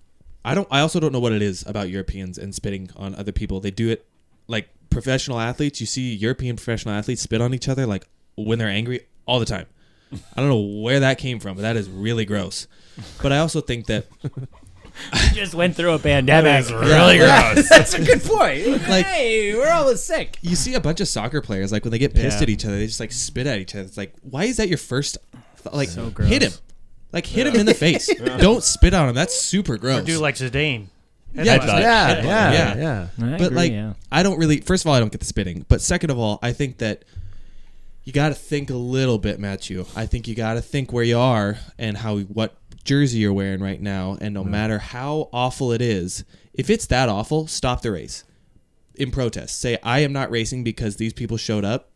I don't. I also don't know what it is about Europeans and spitting on other people. They do it like professional athletes. You see European professional athletes spit on each other like when they're angry all the time. I don't know where that came from, but that is really gross. But I also think that
Just went through a pandemic.
really gross.
That's a good point.
Like-
hey, we're all sick.
you see a bunch of soccer players like when they get pissed at each other, they just like spit at each other. It's like, why is that your first? th- Like, hit him, like hit him in the face. Don't spit on him. That's super gross.
Do like Zidane.
yeah,
Headbutt.
Yeah, yeah, yeah.
Yeah.
I
but
agree,
like
yeah.
I don't really. First of all, I don't get the spitting. But second of all, I think that you got to think a little bit, Matthew. I think you got to think where you are and how what jersey you're wearing right now. And no matter how awful it is, if it's that awful, stop the race in protest. Say I am not racing because these people showed up.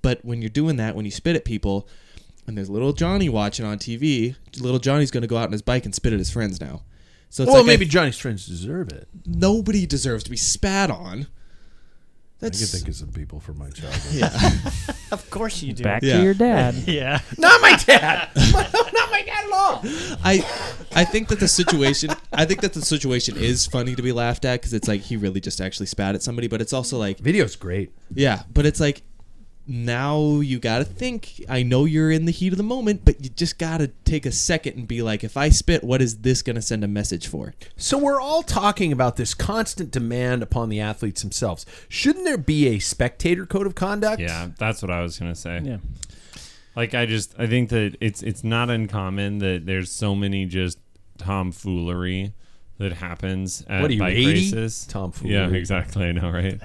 But when you're doing that, when you spit at people. And there's little Johnny watching on TV. Little Johnny's going to go out on his bike and spit at his friends now. So it's
Well,
like I
maybe Johnny's friends deserve it.
nobody deserves to be spat on.
I could
That's
think of some people from my childhood.
Of course you do.
Back
Yeah.
to your dad.
Yeah.
Not my dad. Not my dad at all.
I. I think that the situation. I think that the situation is funny to be laughed at because it's like he really just actually spat at somebody, but it's also like
Video's great.
yeah, but it's like now you gotta think. I know you're in the heat of the moment, but you just gotta take a second and be like, if I spit, what is this gonna send a message for?
So we're all talking about this constant demand upon the athletes themselves. Shouldn't there be a spectator code of conduct?
Yeah, that's what I was gonna say.
Yeah.
Like I just I think that it's it's not uncommon that there's so many just tomfoolery that happens at
What are you,
bike
80?
races.
Tomfoolery.
Yeah, exactly. I know, right?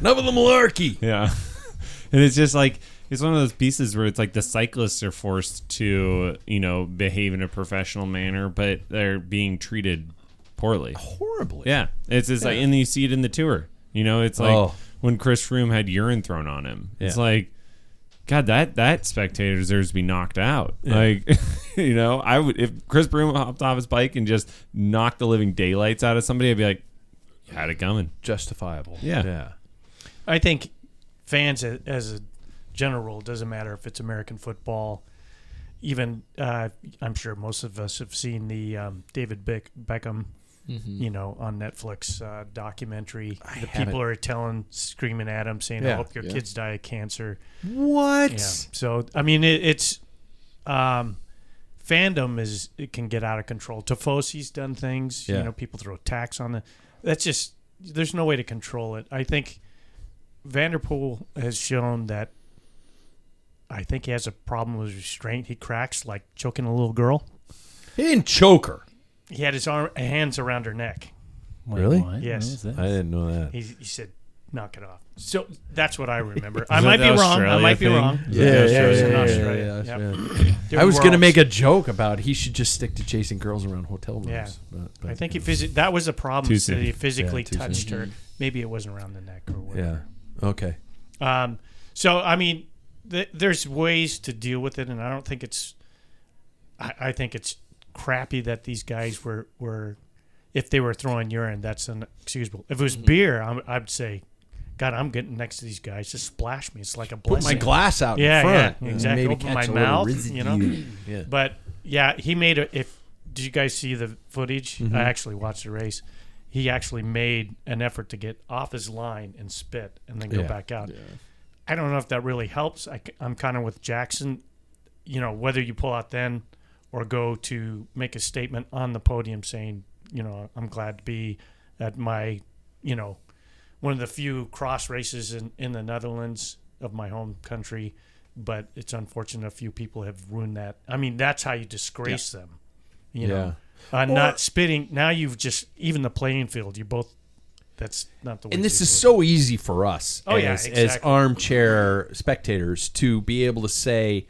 Enough of the malarkey.
Yeah. and it's just like it's one of those pieces where it's like the cyclists are forced to, you know, behave in a professional manner, but they're being treated poorly.
Horribly.
Yeah. It's just like and you see it in the tour. You know, it's like
Oh.
when Chris Froome had urine thrown on him. It's
Yeah.
like God, that that spectator deserves to be knocked out. Like, you know, I would if Chris Broom hopped off his bike and just knocked the living daylights out of somebody, I'd be like, "You had it coming.
Justifiable.
Yeah.
Yeah.
I think fans, a- as a general rule, doesn't matter if it's American football. Even uh, I'm sure most of us have seen the um, David Beck- Beckham,
Hmm. Mm-hmm.
you know, on Netflix uh, documentary. the people are telling, screaming at him, saying, "I
Yeah.
hope your kids die of cancer."
What?
Yeah. So I mean, it, it's um, fandom is it can get out of control. Tofosi's done things.
Yeah.
You know, people throw tax on the. That's just there's no way to control it. I think Vanderpool has shown that I think he has a problem with restraint. He cracks like choking a little girl.
He didn't choke her.
He had his arm, hands around her neck.
Wait,
Really?
what?
Yes.
What was that?
I didn't know that.
He, he said, "Knock it off." So that's what I remember. I
that
might be
the
wrong. I
Australia
might
thing?
be wrong.
Yeah, yeah,
it was
yeah,
in
yeah,
Australia.
yeah,
Yep.
yeah.
Dude,
I was
we're
going to
all-
make a joke about he should just stick to chasing girls around hotel rooms.
Yeah.
but, but,
I think he
you know.
phys- that was a problem
Too
is that
soon.
he physically
Yeah, too
touched
soon.
her. Maybe it wasn't around the neck or
Yeah.
whatever.
Okay.
Um, so I mean, th- there's ways to deal with it, and I don't think it's. I, I think it's crappy that these guys were were, if they were throwing urine, that's inexcusable. If it
Mm-hmm.
was beer, I'm, I'd say, God, I'm getting next to these guys. Just splash me. It's like a
Put
blessing.
my glass out
Yeah,
in front.
yeah,
and
exactly.
Maybe
Open
catch a
my
little
mouth,
residue.
you know?
Yeah.
But yeah, he made a. If did you guys see the footage?
Mm-hmm.
I actually watched the race. He actually made an effort to get off his line and spit, and then go
Yeah.
back out. I don't know if that really helps. I, am kind of with Jackson. You know, whether you pull out then or go to make a statement on the podium saying, you know, I'm glad to be at my, you know, one of the few cross races in, in the Netherlands of my home country, but it's unfortunate a few people have ruined that. I mean, that's how you disgrace them. You know, uh, not spitting. Now you've just even the playing field. You both. That's not the way.
and this
to
is
do it.
so easy for us
Oh,
as,
yeah,
as
exactly.
armchair spectators to be able to say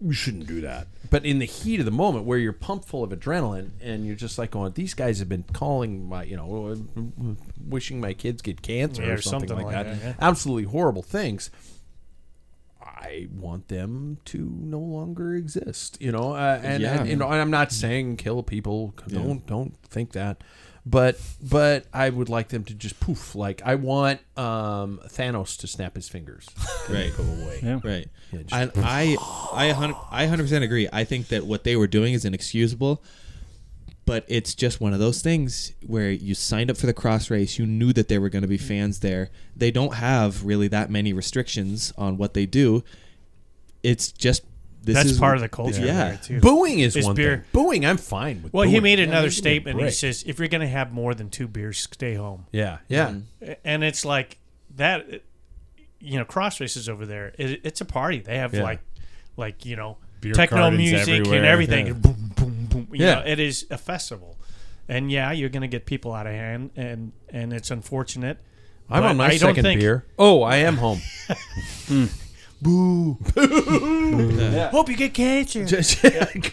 you shouldn't do that but in the heat of the moment where you're pumped full of adrenaline and you're just like going these guys have been calling my you know wishing my kids get cancer
Yeah,
or something, like, that,
yeah.
absolutely horrible things I want them to no longer exist, you know. Uh, and,
Yeah.
and you know, and I'm not saying kill people. Don't don't think that. But but I would like them to just poof. Like I want um, Thanos to snap his fingers.
Right.
Yeah.
Right.
Yeah, just-
And I, I, hun- I hundred percent agree. I think that what they were doing is inexcusable, but it's just one of those things where you signed up for the cross race. You knew that there were going to be fans there. They don't have really that many restrictions on what they do. It's just this
That's
is
part of the culture.
Yeah.
there, too.
Booing is
It's
one
beer.
thing. Booing, I'm fine with.
Well, he
booing.
made
Yeah,
another
give me a
statement. He
break.
says, "If you're going to have more than two beers, stay home."
"Yeah, yeah,
Mm-hmm. And it's like that. You know, cross races over there. It, it's a party. They have
Yeah.
like, like you know,
Beer
techno
gardens
music
everywhere.
and everything.
Yeah.
Boom, boom, boom. You
Yeah.
know, it is a festival, and yeah, you're going to get people out of hand, and and it's unfortunate.
I'm
But
on my
I don't
second
think-
beer. Oh, I am home.
Hope you get cancer.
Just-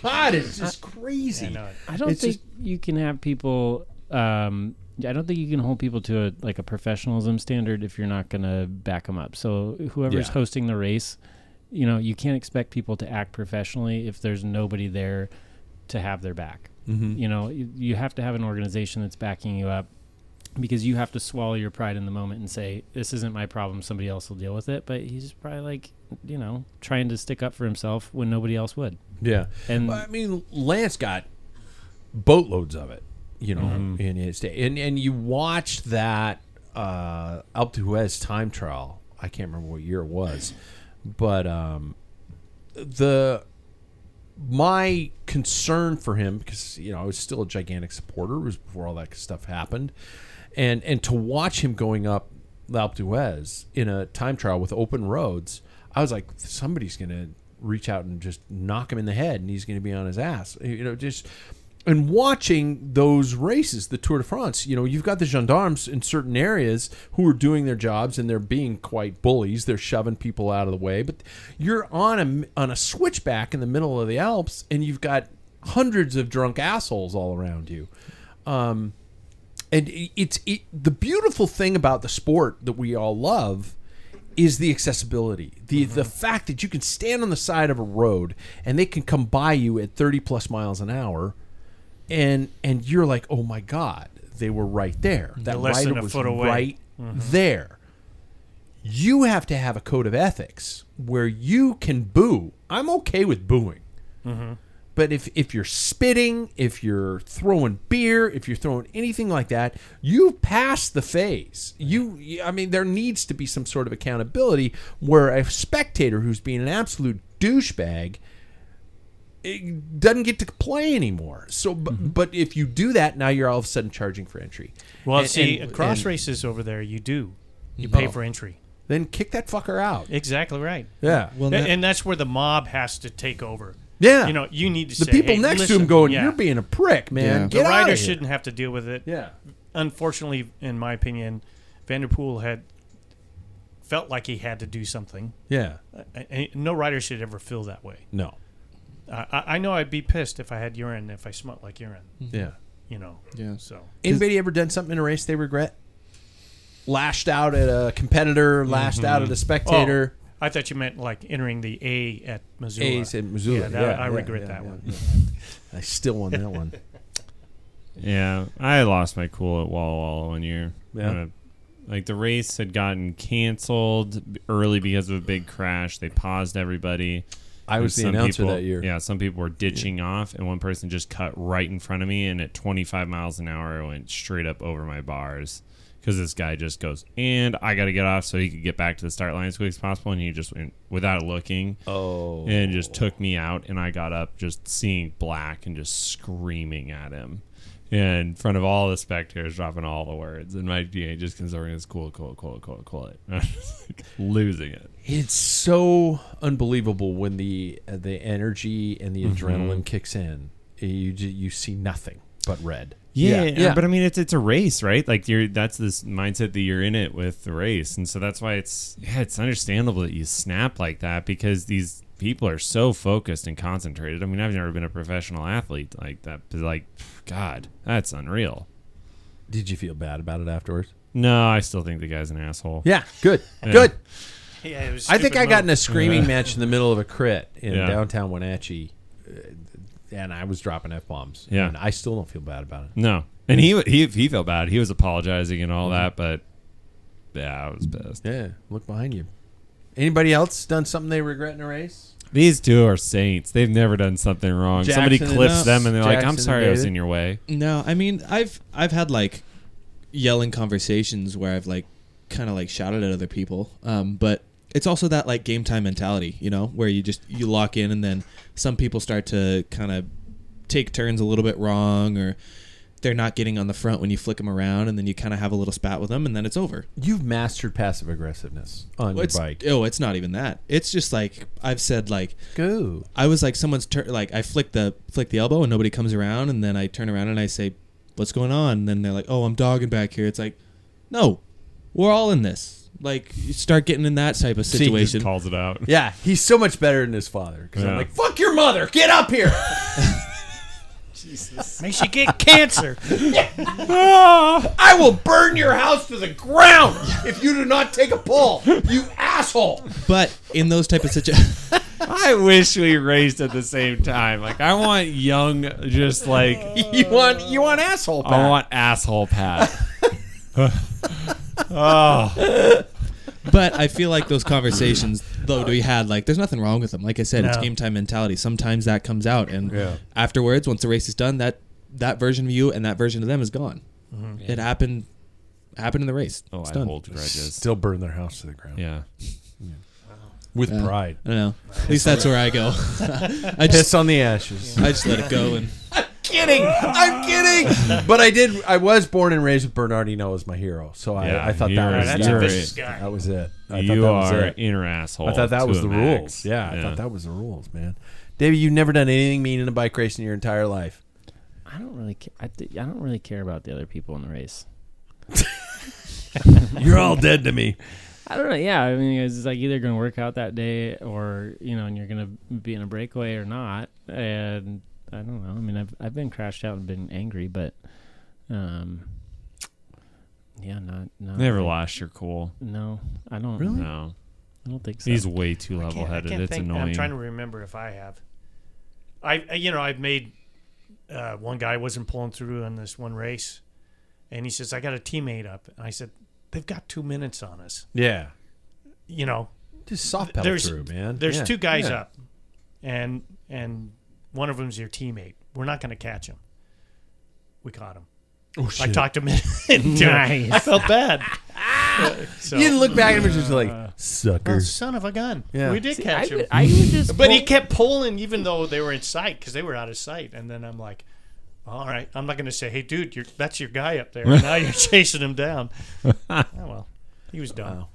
God, it's just crazy.
No,
I don't
It's
think you can have people. Um, I don't think you can hold people to a, like a professionalism standard if you're not going to back them up. So whoever's
Yeah.
hosting the race, you know, you can't expect people to act professionally if there's nobody there to have their back.
Mm-hmm.
You know, you, you have to have an organization that's backing you up because you have to swallow your pride in the moment and say this isn't my problem. Somebody else will deal with it. But he's probably like, you know, trying to stick up for himself when nobody else would.
Yeah,
And-
Well, I mean, Lance got boatloads of it, you know, in his day, and and you watched that uh, Alpe d'Huez time trial. I can't remember what year it was, but um, the my concern for him because you know I was still a gigantic supporter it was before all that stuff happened, and and to watch him going up L'Alpe d'Huez in a time trial with open roads, I was like somebody's gonna reach out and just knock him in the head and he's gonna be on his ass, you know just. And watching those races, the Tour de France, you know, you've got the gendarmes in certain areas who are doing their jobs and they're being quite bullies. They're shoving people out of the way, but you're on a on a switchback in the middle of the Alps, and you've got hundreds of drunk assholes all around you. Um, and i- it's it, the beautiful thing about the sport that we all love is the accessibility the
Mm-hmm.
the fact that you can stand on the side of a road and they can come by you at 30 plus miles an hour and and you're like oh my god they were right there that
less than
rider
a
was
foot away. Mm-hmm.
right there you have to have a code of ethics where you can boo i'm okay with booing but if, if you're spitting, if you're throwing beer, if you're throwing anything like that, you've passed the phase. You, I mean, there needs to be some sort of accountability where a spectator who's being an absolute douchebag it eh, doesn't get to play anymore. So, bu-
Mm-hmm.
but if you do that, now you're all of a sudden charging for entry.
Well,
And-
see,
and-
at cross
and
races over there, you do. You pay
Oh.
for entry.
Then kick that fucker out.
Exactly right.
Yeah.
Well,
A-
that-
and, that's where the mob has to take over.
Yeah.
You know, you need to
The
say,
people
"Hey,
next to
listen,"
him going,
yeah.
"You're being a prick, man.
Yeah.
Get
the
out
rider
of here."
shouldn't have to deal with it.
Yeah.
Unfortunately, in my opinion, Vanderpool had felt like he had to do something.
Yeah.
A- a- no rider should ever feel that way.
No.
I, I- I know I'd be pissed if I had urine, if I smelt like urine.
Yeah.
You know.
Yeah.
So
Anybody ever done something in a race they regret? Lashed out at a competitor, lashed out at a spectator.
Oh, I thought you meant like entering the A at Missoula.
A's in Missoula.
Yeah, that, I regret
yeah,
that
yeah,
one.
yeah. Oh. I still won that one.
Yeah, I lost my cool at Walla Walla one year.
Yeah.
Uh, like the race had gotten canceled b- early because of a big crash. They paused everybody.
I
And
was the
some
announcer
people-
that year.
Yeah, some people were ditching off, and one person just cut right in front of me, and at 25 miles an hour, I went straight up over my bars because this guy just goes, and I got to get off so he could get back to the start line as quick as possible, and he just went without looking. Oh, and just took me out, and I got up just seeing black and just screaming at him. In front of all the spectators, dropping all the words, and my DA just comes over and goes, "Cool, cool, cool, cool, cool." I'm just, like, losing it.
It's so unbelievable when the uh, the energy and the adrenaline kicks in. You ju- you see nothing but red.
Yeah,
Yeah.
yeah,
Yeah.
but I mean, it's it's a race, right? Like you're that's this mindset that you're in it with the race, and so that's why it's yeah, it's understandable that you snap like that because these people are so focused and concentrated. I mean, I've never been a professional athlete like that, but like, God, that's unreal.
Did you feel bad about it afterwards?
No, I still think the guy's an asshole.
Yeah, good, good.
Yeah, it was
I think
stupid
I got in
move.
a screaming match in the middle of a crit in
Yeah.
downtown Wenatchee, uh, and I was dropping f bombs.
Yeah.
and I still don't feel bad about it.
No, and he he he felt bad. He was apologizing and all
Mm-hmm.
that, but yeah, I was pissed.
Yeah, look behind you. Anybody else done something they regret in a race?
These two are saints. They've never done something wrong. Somebody
Jackson and
clips
us.
them, and they're like,
Jackson
"I'm
and
sorry, I was
David.
in your way."
No, I mean I've I've had like yelling conversations where I've like kind of like shouted at other people, um, but it's also that like game time mentality, you know, where you just you lock in and then some people start to kind of take turns a little bit wrong or they're not getting on the front when you flick them around and then you kind of have a little spat with them and then it's over.
You've mastered passive aggressiveness on
Well,
your
it's,
bike.
oh, it's not even that. It's just like I've said like
Go.
I was like someone's tur like I flick the flick the elbow and nobody comes around and then I turn around and I say, "What's going on?" And then they're like, "Oh, I'm dogging back here." It's like, no, we're all in this. Like, you start getting in that type of
he just
situation.
Calls it out.
Yeah, he's so much better than his father. Because I'm
Yeah.
like, fuck your mother, get up here.
May she get cancer.
I will burn your house to the ground if you do not take a pull, you asshole.
but in those type of situations,
I wish we raced at the same time. Like I want young, just like
You want you want asshole.
I want asshole Pat.
but I feel like those conversations though to be had. Like, there's nothing wrong with them. Like I said, it's
No.
game time mentality. Sometimes that comes out, and afterwards, once the race is done, that that version of you and that version of them is gone. It happened happened in the race.
Mm-hmm. Oh,
it's
I
done.
hold grudges.
Still burn their house to the ground
Yeah,
with pride.
I don't know. At least that's where I go. I just
Piss on the ashes.
I just let it go and
kidding. I'm kidding. But I did. I was born and raised with Bernardino as my hero, so I,
Yeah,
I thought
you're-
that was
that's
you're
a
that was-
vicious guy.
that was it. I thought
you
that was
are
it.
inner asshole.
I thought that
to
was
a
the
max.
rules. Yeah, I thought that was the rules, man. David, you've never done anything mean in a bike race in your entire life.
I don't really. Ca- I, thi- I don't really care about the other people in the race.
You're all dead to me.
I don't know. Yeah, I mean, it's like either going to work out that day, or you know, and you're going to be in a breakaway or not. And I don't know. I mean, I've I've been crashed out and been angry, but um, yeah, not not
Never lost your cool.
No, I don't.
No,
I don't think so.
he's way too
I
level
can't, I
headed.
can't
It's
think.
annoying.
I'm trying to remember if I have. I I- you know I've made uh, one guy wasn't pulling through on this one race, and he says I got a teammate up, and I said they've got two minutes on us.
Yeah,
You know,
just soft pedal
there's
through, man.
there's
Yeah,
two guys
yeah.
up, and and one of them's your teammate. We're not going to catch him. We caught him.
Oh,
I
shit.
talked him in. into it. I felt bad. Uh, so
You didn't look back at him and just like, sucker.
Oh, son of a gun.
Yeah.
We did
See,
catch
I
him.
would- I would just
but he
pull-
kept pulling even though they were in sight because they were out of sight. And then I'm like, all right, I'm not going to say, hey, dude, you're, that's your guy up there. now you're chasing him down. oh, well. He was done.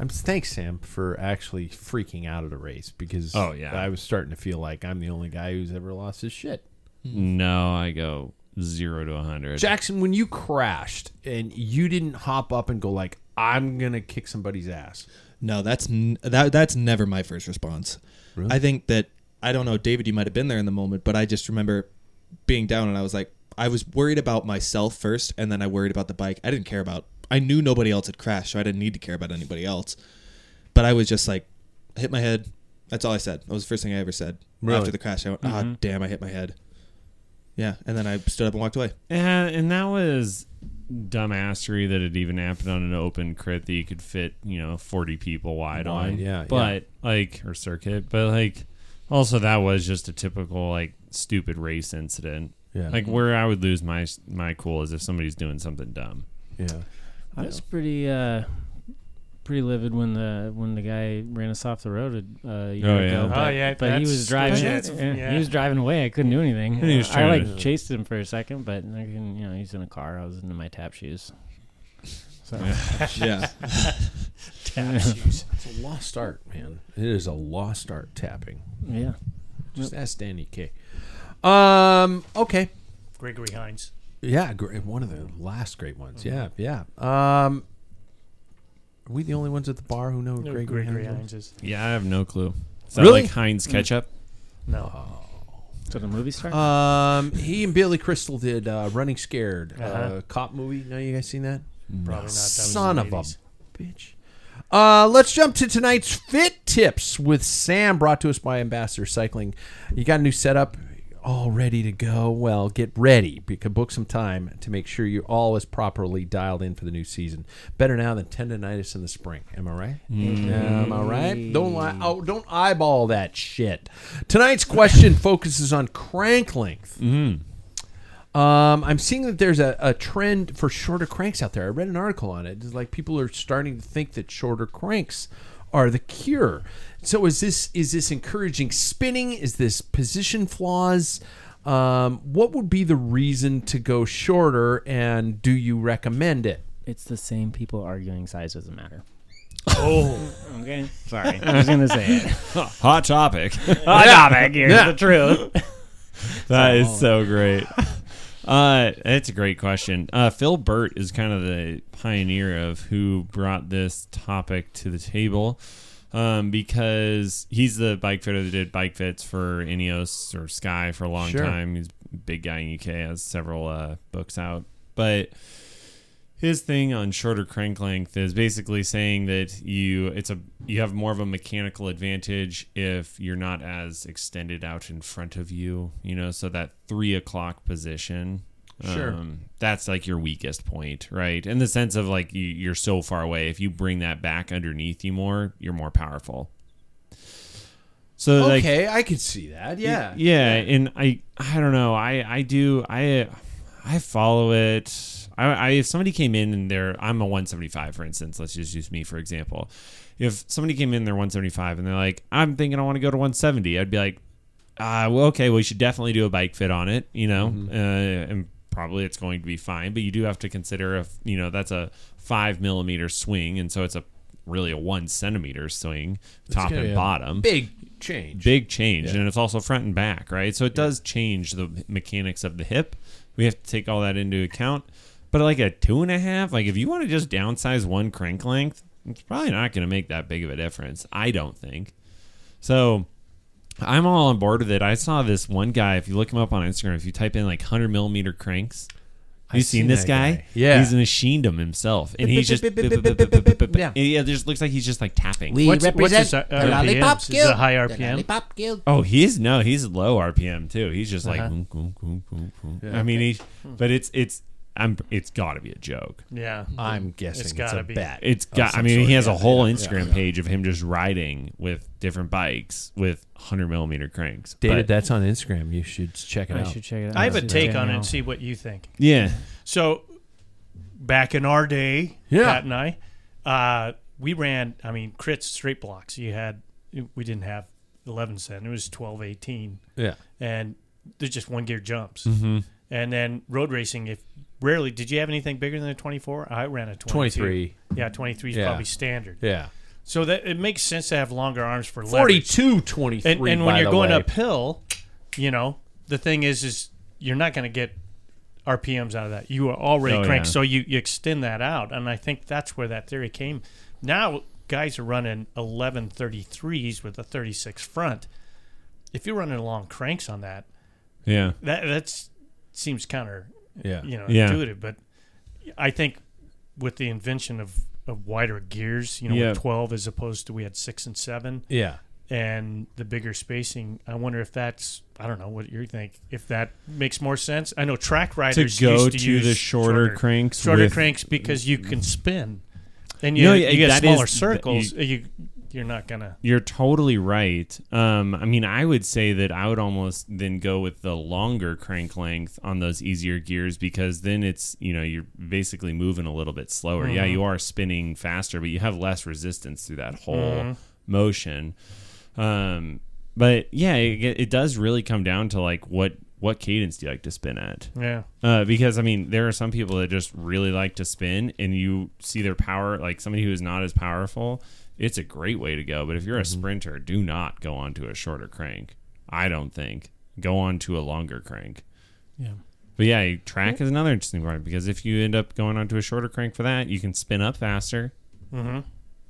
I'm thanks Sam for actually freaking out at a race because
Oh, yeah.
I was starting to feel like I'm the only guy who's ever lost his shit.
No, I go zero to a hundred.
Jackson, when you crashed and you didn't hop up and go like I'm gonna kick somebody's ass.
No, that's n- that. That's never my first response. I think that I don't know, David. You might have been there in the moment, but I just remember being down, and I was like, I was worried about myself first, and then I worried about the bike. I didn't care about. I knew nobody else had crashed, so I didn't need to care about anybody else. But I was just like, I hit my head. That's all I said. That was the first thing I ever said
Really?
after the crash. I went, ah, damn, I hit my head. Yeah, and then I stood up and walked away.
Yeah, Eh, and that was dumbassery that it even happened on an open crit that you could fit, you know, forty people wide,
Wide,
on.
yeah,
but like or circuit, but like also that was just a typical like stupid race incident.
Yeah.
like where I would lose my my cool is if somebody's doing something dumb.
Yeah.
I was pretty uh, pretty livid when the when the guy ran us off the road a uh, year
Oh,
ago.
yeah.
But,
Oh, yeah,
but he
that's
was driving.
legit.
yeah,
Yeah.
He was driving away. I couldn't do anything.
he was
I
trying
like
to-
chased him for a second, but I couldn't, you know he's in a car. I was in my tap shoes. So
yeah,
yeah,
It's a lost art, man. It is a lost art tapping.
yeah.
Just ask Danny K. Um. Okay.
Gregory Hines.
Yeah. Great. One of the last great ones. Yeah. Yeah. Um. Are we the only ones at the bar who know who
Gregory,
Gregory, Hines
Hines
is?
is.
Yeah, I have no clue. Is that
Really?
like Heinz ketchup?
Oh,
No.
So the movie star.
Um. He and Billy Crystal did uh, Running Scared, uh cop movie. No, you guys seen that?
Probably not. That was
Son
in
of
the
a
80s.
bitch. Uh, let's jump to tonight's fit tips with Sam, brought to us by Ambassador Cycling. You got a new setup all ready to go. Well, get ready because book some time to make sure you're all is properly dialed in for the new season. Better now than tendonitis in the spring. Am I right? Am I right? Don't lie. Oh, don't eyeball that shit. Tonight's question focuses on crank length. Um, I'm seeing that there's a, a trend for shorter cranks out there. I read an article on it. It's like people are starting to think that shorter cranks are the cure. So is this is this encouraging spinning? Is this position flaws? Um, what would be the reason to go shorter, and do you recommend it?
It's the same people arguing size doesn't matter. Oh, okay. Sorry, I was gonna say it.
Hot topic.
Hot topic. Here's the truth.
That is so great. Uh, it's a great question. Uh, Phil Burt is kind of the pioneer of who brought this topic to the table um, because he's the bike fitter that did bike fits for Ineos or Sky for a long
Sure.
time. He's a big guy in UK, has several uh, books out. But his thing on shorter crank length is basically saying that you it's a you have more of a mechanical advantage if you're not as extended out in front of you you know so that three o'clock position
Sure.
Um, that's like your weakest point right in the sense of like you, you're so far away if you bring that back underneath you more you're more powerful so like
okay, I could see that. Yeah,
yeah and i i don't know i i do i i follow it i, I if somebody came in and they're i'm a 175 for instance let's just use me for example if somebody came in they're 175 and they're like i'm thinking i want to go to 170 i'd be like uh, well, okay, well, you should definitely do a bike fit on it, you know, uh, and probably it's going to be fine. But you do have to consider if you know that's a five millimeter swing, and so it's a really a one centimeter swing, top
gonna be
and
a
bottom
big change.
big change and it's also front and back right so it does change the mechanics of the hip we have to take all that into account but like a two and a half like if you want to just downsize one crank length it's probably not going to make that big of a difference i don't think so i'm all on board with it i saw this one guy if you look him up on instagram if you type in like 100 millimeter cranks you
I've
seen,
seen
this
that
guy?
guy. Yeah.
he's machined him himself, and he's just
Yeah.
yeah. It just looks like he's just like tapping.
What's, what's his uh, RPMs? Is it a high RPM?
Oh, he's no, he's low RPM too. He's just like, "Oonk, oonk, oonk, oonk, oonk." I mean, he, but it's it's I'm it's got to be a joke.
Yeah.
I'm guessing it's,
gotta
a
be.
bet.
It's
of
got. I
some
mean,
sort,
he has a
Oh, yeah,
whole
yeah,
Instagram
yeah.
page of him just riding with different bikes with hundred millimeter cranks. But-
David, that's on Instagram. You should check it
I
out.
should check it out.
I have a
Yeah.
take on it
Yeah.
and see what you think.
yeah,
So, back in our day,
Yeah.
Pat and I, uh, we ran, I mean, crits, straight blocks. You had, we didn't have 11 cent, it was 12, 18.
Yeah.
And they're just one gear jumps.
Mm-hmm.
And then road racing, if rarely, did you have anything bigger than a 24? I ran a 22.
23.
Yeah, 23 is
Yeah.
probably standard.
Yeah.
So that it makes sense to have longer arms for leverage.
42 23.
And, and when
by the
you're going
way.
uphill, you know, the thing is, is you're not going to get RPMs out of that. You are already
Oh,
cranked,
yeah.
so you, you extend that out. And I think that's where that theory came. Now guys are running 1133s with a 36 front. If you're running long cranks on that,
Yeah.
that that's seems counter,
Yeah.
you know,
Yeah.
intuitive. But I think with the invention of, of wider gears, you know,
Yeah.
with 12 as opposed to we had six and seven,
Yeah.
and the bigger spacing. I wonder if that's I don't know what you think if that makes more sense. I know track riders
go
used to,
to
use
the shorter cranks
shorter
with-
cranks because you can spin, and you,
No, yeah,
you get
that
smaller
is-
circles.
you-
You you're not gonna
You're totally right. Um, I mean, I would say that I would almost then go with the longer crank length on those easier gears because then it's, you know, you're basically moving a little bit slower. Yeah, you are spinning faster, but you have less resistance through that whole motion. Um, but yeah, it, it does really come down to like what what cadence do you like to spin at?
yeah.
Uh, because I mean, there are some people that just really like to spin, and you see their power. Like somebody who is not as powerful, it's a great way to go. But if you're a
Mm-hmm.
sprinter, do not go onto a shorter crank. I don't think go on to a longer crank.
Yeah.
But yeah, track is another interesting part because if you end up going onto a shorter crank for that, you can spin up faster. Mm-hmm.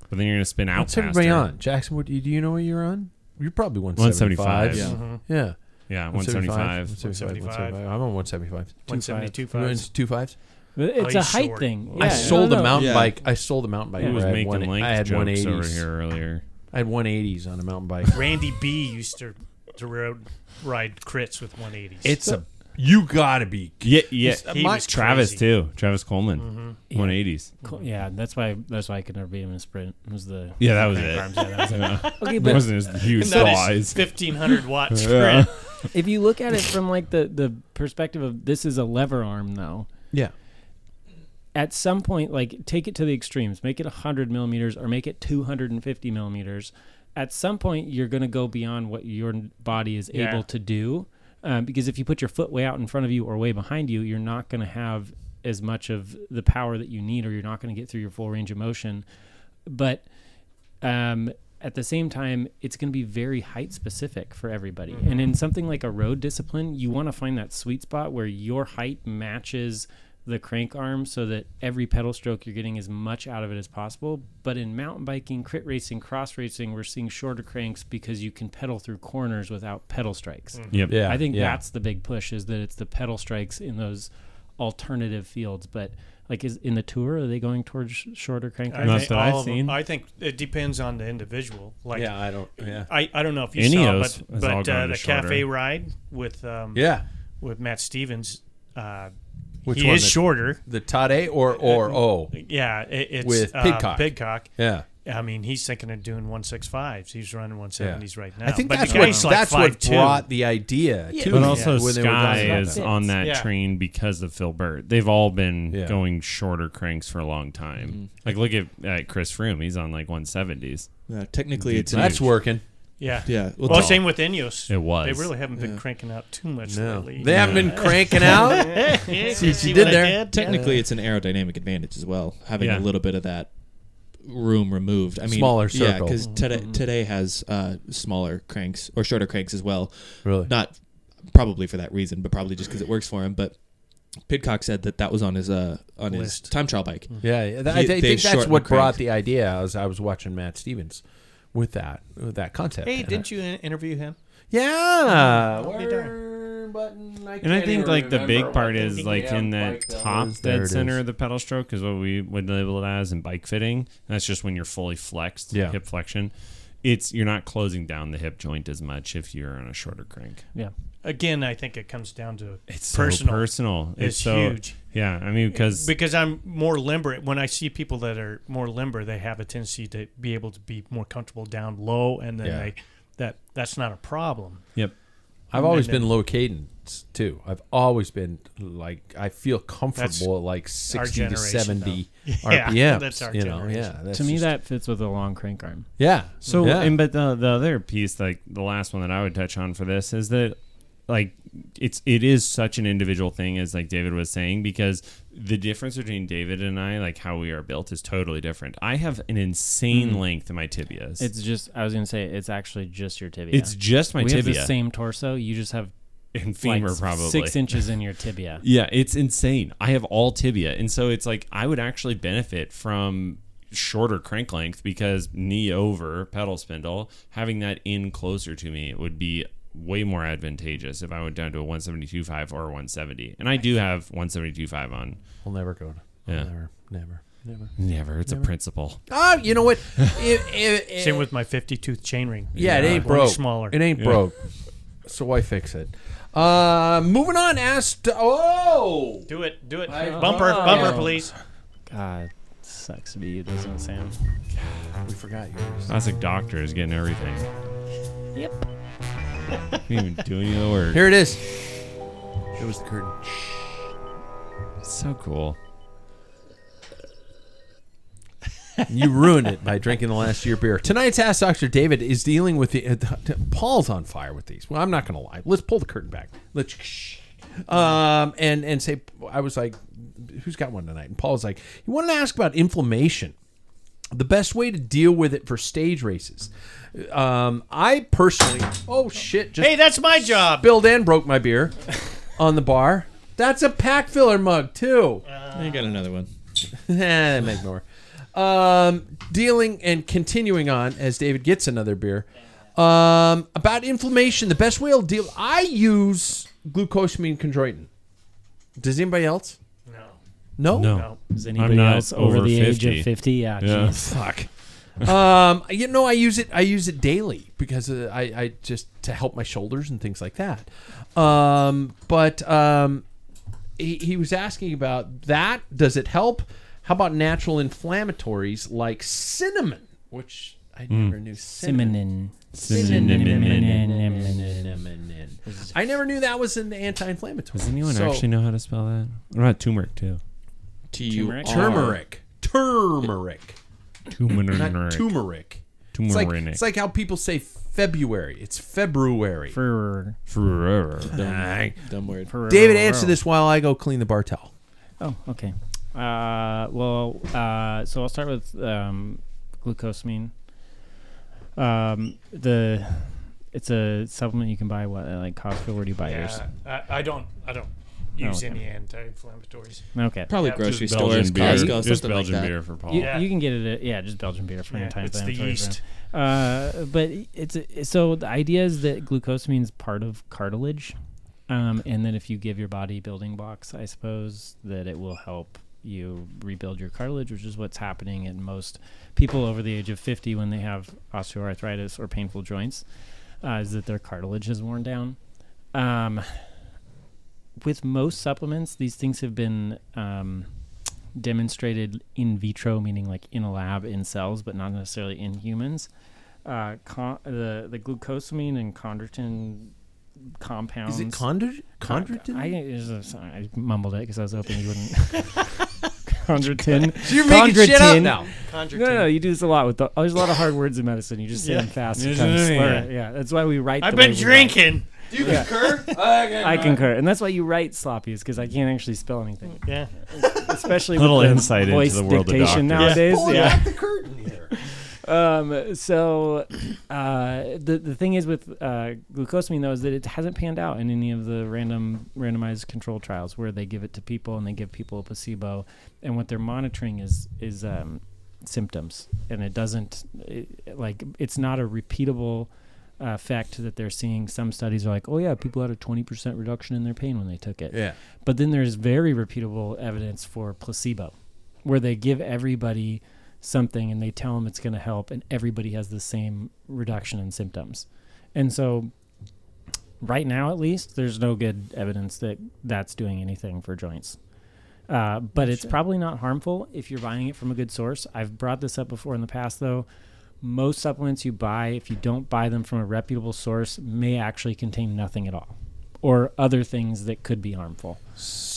But then you're gonna spin out.
What's
faster.
everybody on? Jackson, what, do you- do you know what you're on? You're probably 175.
175.
Yeah.
Mm-hmm.
Yeah.
Yeah, one seventy five.
175. 175. I'm on 175.
One seventy two
Everyone's
fives.
two fives.
But It's
Oh,
a
he's
height
short.
thing.
I
Yeah,
sold
no,
a
no.
mountain
Yeah.
bike. I sold a mountain bike.
Who was
where I
making
had one,
length
I had
jokes
180s.
over here earlier?
I had 180s on a mountain bike.
Randy B used to to road ride crits with one eighties.
It's a you gotta be.
Yeah, yeah.
He my- was
Travis
crazy.
too. Travis Coleman, one eighties.
Cool. Yeah, that's why that's why I could never beat him in a sprint. Was the
Yeah, that was
crank
it.
arms, yeah, that was it.
Okay, but wasn't his huge size.
fifteen hundred watts
Yeah.
crit.
if you look at it from like the the perspective of this is a lever arm though,
Yeah.
at some point, like take it to the extremes, make it 100 millimeters or make it 250 millimeters. At some point, you're going to go beyond what your n- body is
Yeah.
able to do. Um, because if you put your foot way out in front of you or way behind you, you're not going to have as much of the power that you need, or you're not going to get through your full range of motion. But um, at the same time, it's going to be very height specific for everybody.
Mm-hmm.
And in something like a road discipline, you want to find that sweet spot where your height matches the crank arm so that every pedal stroke you're getting as much out of it as possible. But in mountain biking, crit racing, cross racing, we're seeing shorter cranks because you can pedal through corners without pedal strikes.
Mm-hmm.
Yep.
Yeah.
I think
yeah.
that's the big push is that it's the pedal strikes in those alternative fields. But like is in the tour, are they going towards sh- shorter crank
I
arms?
Not
think
that
all
I've
of them-
seen.
I think it depends on the individual. Like
Yeah. I don't. Yeah.
I, I don't know if you
Ineos
saw,
has
but,
all
but uh,
gone to
the
shorter.
cafe ride with um,
Yeah.
with Matt Stevens, uh,
Which
he
one?
is
The-
shorter.
The Tade or or oh.
Yeah, it, it's
With
uh,
Pidcock.
Pidcock.
Yeah.
I mean, he's thinking of doing one six fives. He's running one seventies right now.
I think
but
that's
the
what
guy's like
that's what
5'2".
brought the idea too.
But also,
when they were talking
Sky
about
is
that.
on that
Yeah.
train because of Phil Burt. They've all been
Yeah.
going shorter cranks for a long time. Like, look at, at Chris Froome. He's on like 170s.
Yeah, Uh, technically, it's
That's working.
Yeah,
Yeah,
Well,
well, Tom-
same with Ineos.
It was.
They really haven't been cranking out too much
No,
lately.
they haven't been cranking out.
Yeah,
See what
see
you
what
did
I
there.
technically it's an aerodynamic advantage as well, having
Yeah.
a little bit of that room removed. I mean,
Smaller
Yeah,
circle.
because today
Mm-hmm.
today has uh, smaller cranks or shorter cranks as well.
Really?
not probably for that reason, but probably just because it works for him. But Pidcock said that that was on his uh, on his
List.
time trial bike.
Yeah, yeah, th-
He-
I, th- I
they
think that's
shortened
what brought
crank.
the idea. I was I was watching Matt Stevens with that with that concept.
Hey, didn't you in- interview him?
Yeah.
What are you doing?
Word button,
And I
can't
think
even
like the
remember
big part
what
is
the
like in
damn
that
bike that
top
was. There it
dead center
is.
of the pedal stroke is what we would label it as in bike fitting. That's just when you're fully flexed,
Yeah.
hip flexion. It's you're not closing down the hip joint as much if you're on a shorter crank.
yeah.
Again, I think it comes down to
It's
personal.
so personal. It's,
It's
so,
huge.
Yeah, I mean because
because I'm more limber. When I see people that are more limber, they have a tendency to be able to be more comfortable down low, and then
Yeah.
they that that's not a problem.
yep.
I've always been
Mm-hmm.
low cadence too. I've always been like I feel comfortable at like sixty to
generation,
seventy
though. Yeah,
RPMs.
that's our
you know,
generation.
yeah. That's
to me,
just-
that fits with a long crank arm.
yeah.
So,
yeah.
and but the the other piece, like the last one that I would touch on for this, is that like it's it is such an individual thing, as like David was saying, because the difference between David and I, like how we are built, is totally different. I have an insane length in my tibias.
Mm. It's just I was gonna say it's actually just your tibia.
It's just my
we We have
tibia.
the same torso. You just have
and femur
like, s-
probably
six inches in your tibia.
Yeah, it's insane. I have all tibia, and so it's like I would actually benefit from shorter crank length because knee over pedal spindle, having that in closer to me would be way more advantageous if I went down to a 172.5 or a 170. And I do have 172.5 on.
I'll never go. to- I'll
Yeah.
Never. Never. Never.
Never, it's a principle.
Oh, you know what? It- it- it-
Same with my 50 tooth chain ring.
yeah, it ain't
One
broke.
Smaller.
It ain't broke. So why fix it? Uh, moving on. Asked. Oh,
Do it. Do it.
I-
bumper.
Oh.
Bumper, please.
God, sucks to be you, doesn't it, Sam?
we forgot yours.
Classic doctor is getting everything.
Yep.
Didn't even do any of the work.
Here it is. Shows the curtain.
It's so cool.
You ruined it by drinking the last year beer. Tonight's Ask Dr. David is dealing with the. Uh, t- Paul's on fire with these. Well, I'm not going to lie. Let's pull the curtain back. Let's. Um, and, and say, I was like, who's got one tonight? And Paul's like, he wanted to ask about inflammation, the best way to deal with it for stage races. Um, I personally. Oh, shit. Just
Hey, that's my job.
Bill Dan broke my beer on the bar. That's a pack filler mug, too.
I got another one.
Eh, make more. Um, dealing and continuing on as David gets another beer. Um, about inflammation, the best way I'll deal. I use glucosamine chondroitin. Does anybody else? No. No.
No.
Is anybody
not
else over,
over
the age
50.
of fifty? Yeah.
Yeah.
jeez.
Fuck. um, you know, I use it. I use it daily because uh, I, I just to help my shoulders and things like that. Um, but um, he, he was asking about that. Does it help? How about natural inflammatories like cinnamon, which I
Mm.
never knew cinnamon.
Simonin.
Cinnamon. I never knew that was an anti-inflammatory.
Does anyone
So-
actually know how to spell that? What about turmeric too?
T U R.
Turmeric?
Turmeric. Turmeric. Not
Turmeric.
turmeric. It's like,
Turmeric.
it's like how people say February. It's February.
For
Dang.
Dumb word.
David, answer this while I go clean the bartel.
Oh, okay. Uh, well, uh, so I'll start with um, glucosamine. Um, the it's a supplement you can buy. What at, like Costco? Where do you buy yours?
Yeah, I, I don't. I don't use
okay.
any anti-inflammatories.
Okay.
Probably
Yeah,
grocery
just
stores,
beer.
Costco, something
Just
like
Belgian
that.
beer for Paul.
You,
Oh, Yeah.
you can get it. At, yeah, just Belgian beer for
Yeah,
anti
it's the yeast.
Uh, but it's it's so the idea is that glucosamine is part of cartilage, um, and then if you give your body building blocks, I suppose that it will help you rebuild your cartilage, which is what's happening in most people over the age of fifty when they have osteoarthritis or painful joints, uh, is that their cartilage is worn down. Um, with most supplements, these things have been um, demonstrated in vitro, meaning like in a lab in cells, but not necessarily in humans. Uh, con- the the glucosamine and chondroitin compounds.
Is it chondro- chondroitin?
I, is a- sorry, I mumbled it because I was hoping you wouldn't. chondroitin.
You're making shit up
Chondroitin.
now.
No, no, you do this a lot with the. Oh, there's a lot of hard words in medicine. You just say them fast and
Yeah,
kind of
yeah,
slur
yeah.
it. Yeah, that's why we write.
I've
the
been
way we write.
drinking.
I concur, and that's why you write sloppy is because I can't actually spell anything.
Yeah.
especially
Little
with the
insight into
voice
the world of
dictation
doctors.
nowadays. Yeah.
the curtain here.
Um, so uh, the the thing is with uh, glucosamine though is that it hasn't panned out in any of the random randomized control trials where they give it to people and they give people a placebo, and what they're monitoring is is um, symptoms, and it doesn't it, like it's not a repeatable. Uh, fact that they're seeing some studies are like, oh yeah, people had a twenty percent reduction in their pain when they took it.
Yeah.
But then there's very repeatable evidence for placebo, where they give everybody something and they tell them it's going to help, and everybody has the same reduction in symptoms. And so, right now at least, there's no good evidence that that's doing anything for joints. Uh, but it's probably not harmful if you're buying it from a good source. I've brought this up before in the past, though. most supplements you buy, if you don't buy them from a reputable source, may actually contain nothing at all or other things that could be harmful.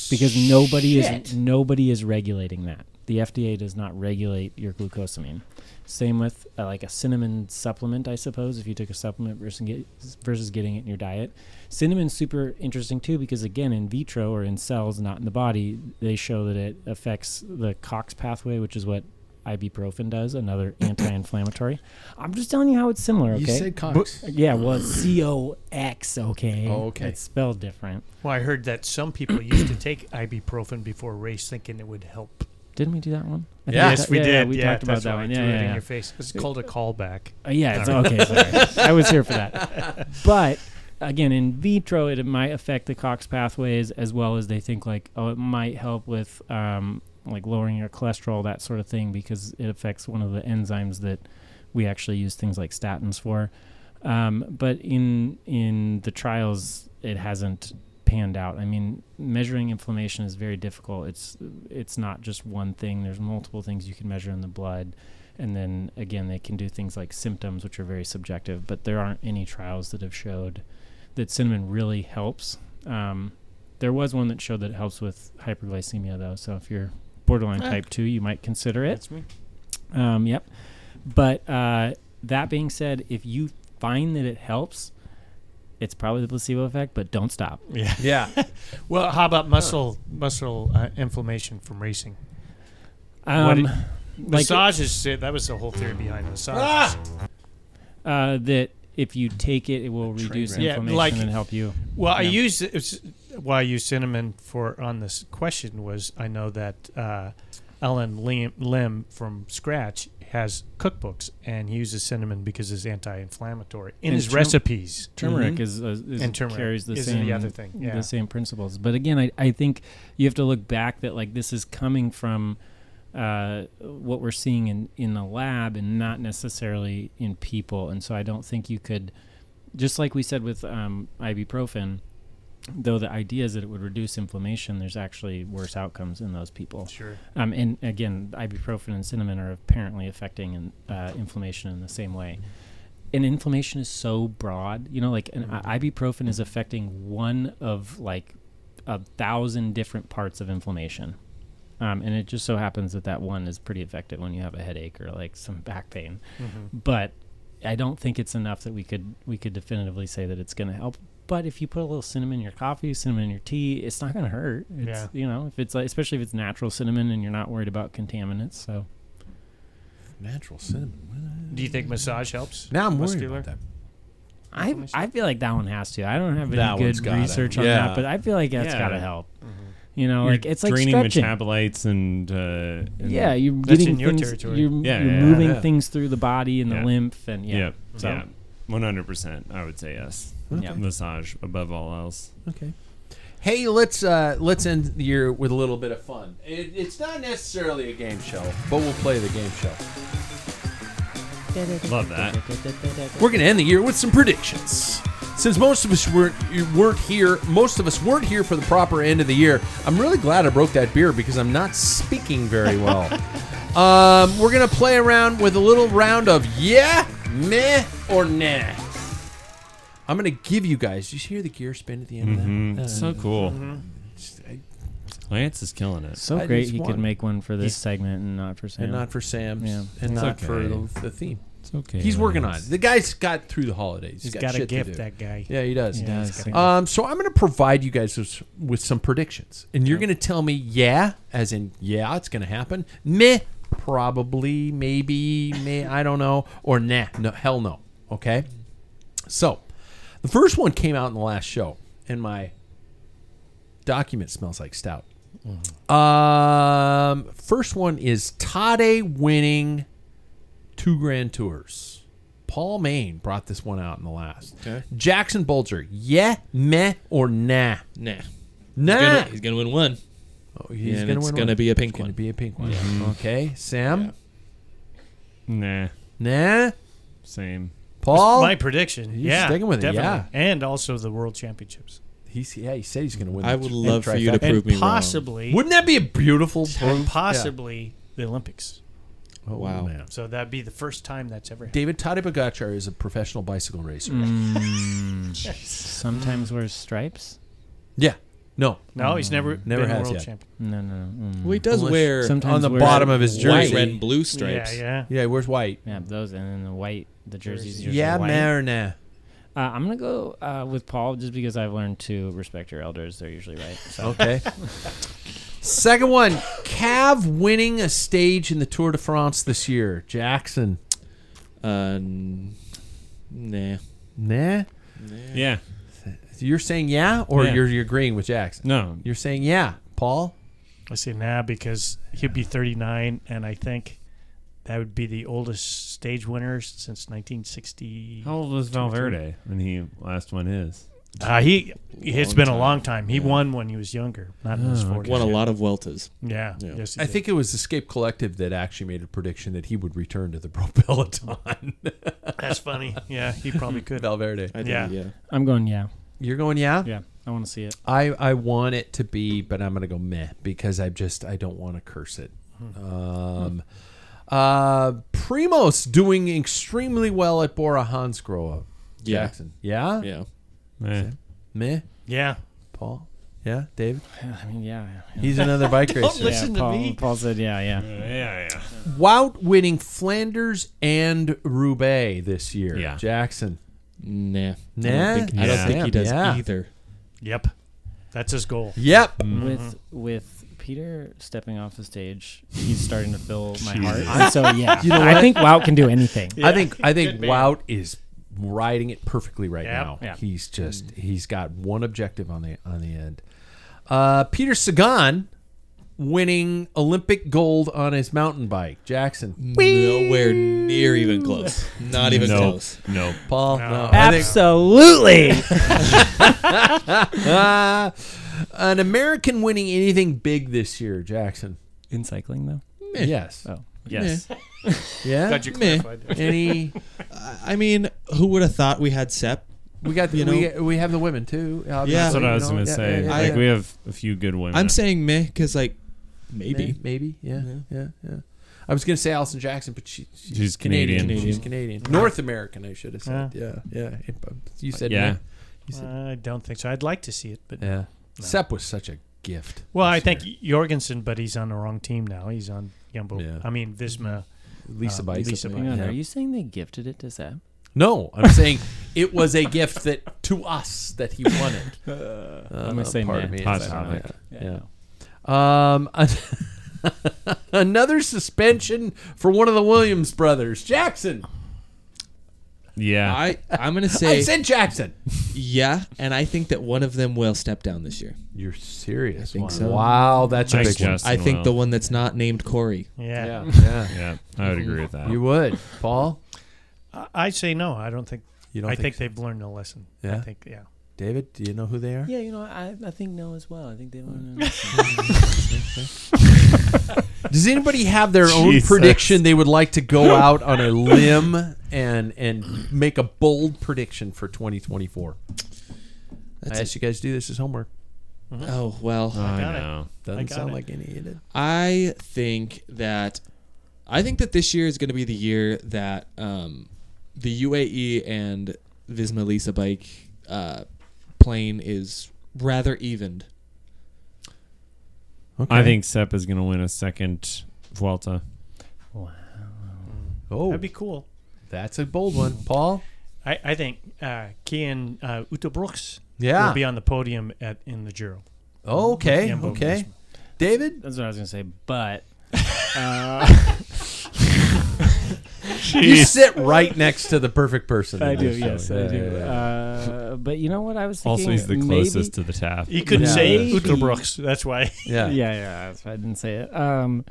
Because nobody is nobody is regulating that. The FDA does not regulate your glucosamine. Same with uh, like a cinnamon supplement, I suppose. If you took a supplement versus, get, versus getting it in your diet, cinnamon's super interesting too because again, in vitro or in cells, not in the body, they show that it affects the COX pathway, which is what ibuprofen does, another anti-inflammatory. I'm just telling you how it's similar. Okay.
You said Cox.
Yeah, well, it's C O X. Okay.
Oh, okay.
It's spelled different.
Well, I heard that some people used to take ibuprofen before a race, thinking it would help.
Didn't we do that one? I think
Yeah.
we
Yes,
ta-
we
yeah,
did.
Yeah, we
Yeah,
talked about
that's
that
why I
one.
threw
Yeah,
it
yeah.
in
yeah.
your face. It's called a callback.
Uh, yeah, it's okay. Sorry, I was here for that. But again, in vitro, it might affect the Cox pathways as well as they think like, oh, it might help with um, like lowering your cholesterol, that sort of thing, because it affects one of the enzymes that we actually use things like statins for. Um, but in in the trials, it hasn't panned out. I mean, measuring inflammation is very difficult. It's it's not just one thing. There's multiple things you can measure in the blood. And then again, they can do things like symptoms, which are very subjective, but there aren't any trials that have showed that cinnamon really helps. Um, there was one that showed that it helps with hyperglycemia, though. So if you're borderline type 2, you might consider it.
Ah. me.
Um, yep. But uh, that being said, if you find that it helps, it's probably the placebo effect, but don't stop.
Yeah.
Well, how about muscle muscle uh, inflammation from racing?
Um,
it-
like- Ah!
massages. That was the whole theory behind massages.
uh, that if you take it, it will reduce
wreck. Yeah,
inflammation
like-
and help you.
Well, I
Yeah.
used it was- why I used cinnamon for on this question was I know that uh, Ellen Lim, Lim from Scratch has cookbooks and he uses cinnamon because it's anti-inflammatory in
And
his
turm-
recipes.
turmeric is, is, is
Mm-hmm. And turmeric
carries the
is the
same
other thing, yeah.
the same principles. But again, I, I think you have to look back that like this is coming from uh, what we're seeing in in the lab and not necessarily in people. And so I don't think you could just like we said with um, ibuprofen. Though the idea is that it would reduce inflammation, there's actually worse outcomes in those people.
Sure.
Um, and again, ibuprofen and cinnamon are apparently affecting in, uh, inflammation in the same way. And inflammation is so broad, you know, like an i- ibuprofen is affecting one of like a thousand different parts of inflammation. Um, and it just so happens that that one is pretty effective when you have a headache or like some back pain. But I don't think it's enough that we could we could definitively say that it's going to help. But if you put a little cinnamon in your coffee, cinnamon in your tea, it's not going to hurt. It's,
Yeah.
You know, if it's like, especially if it's natural cinnamon and you're not worried about contaminants. So
Natural cinnamon.
Mm-hmm. Do you think massage helps?
Now I'm worried
Muscular?
about that.
I I feel like that one has to. I don't have any
That one's
good
gotta.
research on
Yeah.
that, but I feel like that's
Yeah.
got to help.
Mm-hmm.
You know, like it's like
draining
stretching.
metabolites and, uh, and
yeah, you're
That's
getting
in your
things.
territory.
You're,
Yeah,
you're
yeah,
moving
yeah.
things through the body and
Yeah.
the lymph, and yeah.
yeah,
So
yeah, one hundred percent. I would say yes.
Okay.
Massage above all else.
Okay. Hey, let's uh, let's end the year with a little bit of fun. It, it's not necessarily a game show, but we'll play the game show.
Love that.
We're going to end the year with some predictions. Since most of us weren't, you weren't here, most of us weren't here for the proper end of the year. I'm really glad I broke that beer because I'm not speaking very well. um, we're going to play around with a little round of yeah, meh, or nah. I'm going to give you guys. Did you hear the gear spin at the end of
Mm-hmm.
that? Uh,
Mm, So cool.
just- I-
Lance is killing it.
so
I
great
just
he
won.
could make one for this
He's-
segment and not for Sam.
and not for Sam's,
Yeah.
It's
and not for
okay.
the, the theme.
It's okay.
He's working on it. The guy's got through the holidays.
He's got, a
shit to
gift,
do.
that guy.
Yeah, he does.
Yeah, he's
does.
got a gift.
Um, so I'm going to provide you guys with, with some predictions, and you're going to tell me yeah, as in yeah, it's going to happen. Meh, probably, maybe, may I don't know, or nah, no, hell no. Okay. So, the first one came out in the last show, and my document smells like stout. Um, first one is Tade winning two Grand Tours. Paul Maine brought this one out in the last.
Okay.
Jackson Bulger, yeah, meh, or nah,
Nah.
nah.
He's gonna- he's gonna win one.
Oh, he's
and
gonna
it's
win
gonna
one.
be a pink
It's gonna
one.
be a pink one. Mm-hmm. Okay, Sam,
Nah,
nah.
same.
Paul,
My prediction.
He's
Yeah,
sticking with it,
definitely.
yeah.
and also the world championships.
he's yeah. He said he's gonna win.
I
that
would
tr-
love for you to
trifecta.
prove
And
me wrong.
possibly,
Wouldn't that be a beautiful?
and
proof? Yeah.
possibly the Olympics.
Oh,
Wow.
man.
So that'd be the first time that's ever happened.
David Tadej Pogacar is a professional bicycle racer.
Mm.
Sometimes wears stripes.
Yeah. No.
No, he's never
Never
been a
has
world
yet.
champion.
No, no. mm.
Well, he does
Unless-
wear
Sometimes
on the
wears-
bottom of his
white,
jersey.
red, and blue stripes.
Yeah, yeah.
Yeah, he wears white.
Yeah, those and then the white, the jerseys. are
Yeah,
white.
Marina.
Uh, I'm gonna go uh, with Paul just because I've learned to respect your elders. They're usually right. So.
Okay. Second one, Cav winning a stage in the Tour de France this year. Jackson.
Uh, n- nah.
Nah.
Yeah.
You're saying yeah, or
Yeah.
you're you're agreeing with Jackson?
No.
You're saying yeah, Paul.
I say nah because he'd be 39, and I think that would be the oldest stage winner since 1960.
How old was Valverde when he last won his?
Uh, he it's
Long
been a
time.
long time. He won when he was younger, not in
Oh,
his 40s.
Won a lot of weltas.
Yeah.
Yeah.
Yes, he
I
did.
think it was Escape Collective that actually made a prediction that he would return to the pro peloton.
that's funny. Yeah, he probably could.
Valverde,
I think,
Yeah.
yeah.
I'm going. Yeah,
you're going yeah.
yeah. I want to see it.
I I want it to be, but I'm gonna go meh because I just I don't want to curse it. Um, uh, Primos doing extremely well at Bora Hansgrohe.
Yeah.
Jackson, yeah,
Yeah.
Eh.
meh.
Yeah.
Paul, yeah, David.
I mean, yeah. yeah.
He's another bike racer.
yeah, Paul, Paul said, yeah, yeah.
Yeah, yeah.
Wout winning Flanders and Roubaix this year.
Yeah.
Jackson.
Nah.
Nah?
I don't think,
Yeah.
I don't think he does
Yeah.
either.
Yep. That's his goal.
Yep.
With with Peter stepping off the stage, he's starting to fill my heart. So yeah, I think Wout can do anything.
I think I think Wout is riding it perfectly right
Yeah.
now.
Yeah.
He's just he's got one objective on the on the end. Uh, Peter Sagan winning Olympic gold on his mountain bike. Jackson.
Nowhere near even close. Not even
No.
close.
No.
Paul. No. I think-
Absolutely.
uh, an American winning anything big this year, Jackson.
In cycling though.
Yes.
Oh yes.
Yeah.
Meh.
Any
I mean, who would have thought we had Sep?
we got the,
You
we,
know-
we have the women too.
That's
obviously,
That's what
you
I was
know.
gonna
Yeah,
say.
yeah,
I-
like
yeah.
we have a few good women.
I'm saying meh because, like, maybe.
maybe, yeah, yeah, yeah. I was gonna say Allison Jackson, but she, she's,
She's Canadian.
She's Canadian, North American. I should have said, yeah, yeah. It- but You said,
Yeah.
yeah, you said,
I don't think so. I'd like to see it, but
yeah. Sep was such a gift.
well, I
this
think
year.
Jorgensen, but he's on the wrong team now. He's on Jumbo.
Yeah.
I mean Visma.
Lisa
uh,
Bice.
Lisa
Hang on.
Yeah.
Are you saying they gifted it to Seb?
No, I'm saying it was a gift that to us that he won it.
I'm gonna say
pardon
meh.
me.
Hot
I don't know.
topic.
Uh, Yeah. yeah.
Um, another suspension for one of the Williams brothers, Jackson.
Yeah.
I, I'm going to
I
say
said Jackson.
yeah, and I think that one of them will step down this year.
You're serious.
think
wow.
so.
Wow, that's a
Thanks,
big one.
Justin.
I think
Wow.
the one that's not named Corey.
Yeah,
Yeah.
yeah.
Yeah, I would agree with that.
You would, Paul,
I, I say no. I don't think.
You don't
I
think
think,
so?
they've learned a lesson. I
Yeah?
think. Yeah.
David. Do you know who they are?
you know, I, I think no as well. I think they don't know.
Does anybody have their own
Jesus.
prediction they would like to go out on a limb and and make a bold prediction for 2024? I asked you guys to do this as homework.
Oh, well.
I
got it.
know.
Doesn't
got
sound
it.
like any of it.
I think that I think that this year is going to be the year that um, the UAE and Visma Lisa bike uh, plane is rather evened.
I think Sep is going to win a second Vuelta.
Oh,
That'd be cool.
that's a bold one, Paul.
I, I think uh, Kian uh, Utebrooks
Yeah.
will be on the podium at in the Giro.
okay,
Yeah, bold
okay. David,
That's what I was gonna say. But
you sit right next to the perfect person.
I
in
do,
this show.
yes, I
Yeah,
do.
yeah, yeah.
Uh, but you know what I was thinking?
Also, he's the
Maybe-
closest to the tap.
He couldn't
Yeah.
say
Maybe.
Utebrooks. That's why.
Yeah.
Yeah, yeah, that's why I didn't say it. Um,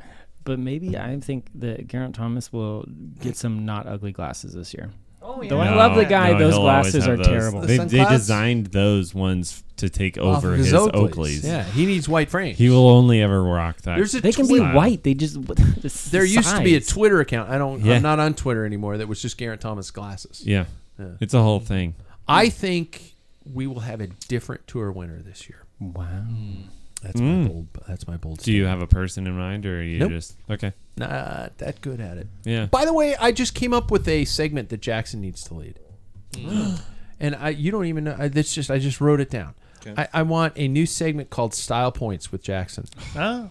but maybe I think that Garrett Thomas will get some not ugly glasses this year. Oh yeah. Though I love the guy,
Uh, No,
those
he'll always
glasses
have
are
those.
terrible.
They,
The
they
sunclouds?
designed those ones to take
Off
over
of
his, Oakleys.
Yeah, he needs white frames.
He will only ever rock that.
There's a
They can be
tweet-
Style.
white. They just the
There used to be a
size.
Twitter account. I don't.
Yeah.
I'm not on Twitter anymore. That was just Garrett Thomas glasses.
yeah. It's a whole thing.
I think we will have a different tour winner this year.
wow.
That's my
Mm.
bold. That's my bold.
Do you have a person in mind, or are you
Nope.
just okay?
Not that good at it.
Yeah.
By the way, I just came up with a segment that Jackson needs to lead, and I you don't even know. I, that's just I just wrote it down. I, I want a new segment called Style Points with Jackson.
Huh?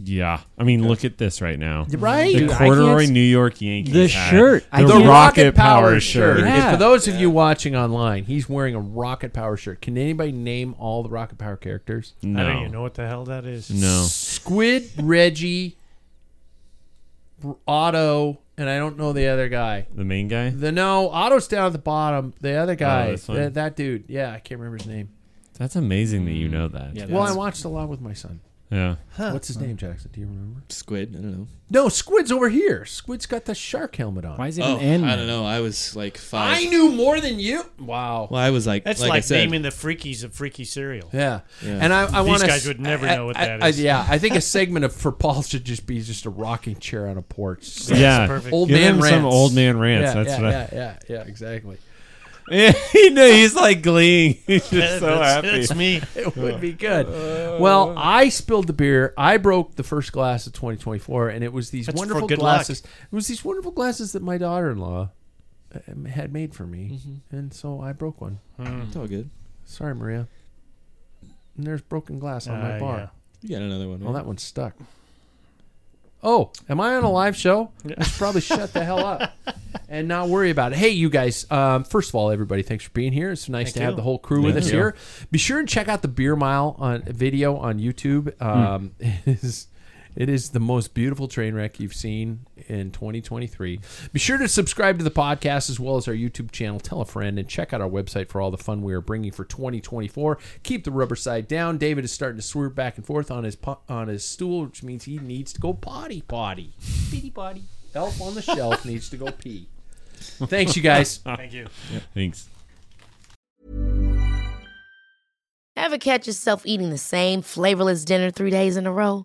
Yeah, I mean, look at this right now.
Right?
the
Dude, I
corduroy
can't-
New York Yankees
The
hat.
shirt. I
the,
can't-
rocket, power shirt.
And
Yeah.
for those of you watching online, he's wearing a rocket power shirt. Can anybody name all the rocket power characters?
No,
I don't even know what the hell that is.
no.
Squid, Reggie, Otto, and I don't know the other guy.
The main guy.
The no, Otto's down at the bottom. The other
Oh,
guy,
that's funny.
that, that dude. Yeah, I can't remember his name.
That's amazing that you know that. Yeah.
Well, I watched a lot with my son. What's his name, Jackson? Do you remember?
Squid. I don't know.
No, Squid's over here. Squid's got the shark helmet on.
Why is it
Oh,
an N?
I don't know. I was like five.
I knew more than you. Wow.
Well, I was like,
That's
like,
like,
I said,
naming the freakies a freaky cereal.
Yeah. And I, I
These
want
guys would never know what that is.
yeah, I think a segment of for Paul should just be just a rocking chair on a porch.
yeah.
perfect.
Old
Give
man
him some
rants.
old man rants.
Yeah,
That's
yeah,
what.
yeah, yeah, yeah, exactly.
I, You know, he's like gleeing. He's just so
That's-
happy.
That's me.
It would be good. well, I spilled the beer. I broke the first glass of 2024, and it was these
That's for
wonderful
good luck.
glasses. It was these wonderful glasses that my daughter-in-law um, had made for me,
Mm-hmm.
and so I broke one.
it's all good.
Sorry, Maria. And there's broken glass on my
Uh,
bar.
yeah.
You got another one.
Well,
right?
that one's stuck. Oh, am I on a live show? I should probably shut the hell up and not worry about it. Hey, you guys, um, first of all, everybody, thanks for being here. It's nice to have the whole crew with us here. Be sure and check out the Beer Mile on video on YouTube. Um, it, is, it is the most beautiful train wreck you've seen in 2023. Be sure to subscribe to the podcast as well as our YouTube channel. Tell a friend and check out our website for all the fun we are bringing for 2024. Keep the rubber side down. David is starting to swerve back and forth on his po- on his stool, which means he needs to go potty potty. Pitty potty. Elf on the shelf needs to go pee. Thanks, you guys.
Thank you.
Thanks.
Ever catch yourself eating the same flavorless dinner three days in a row?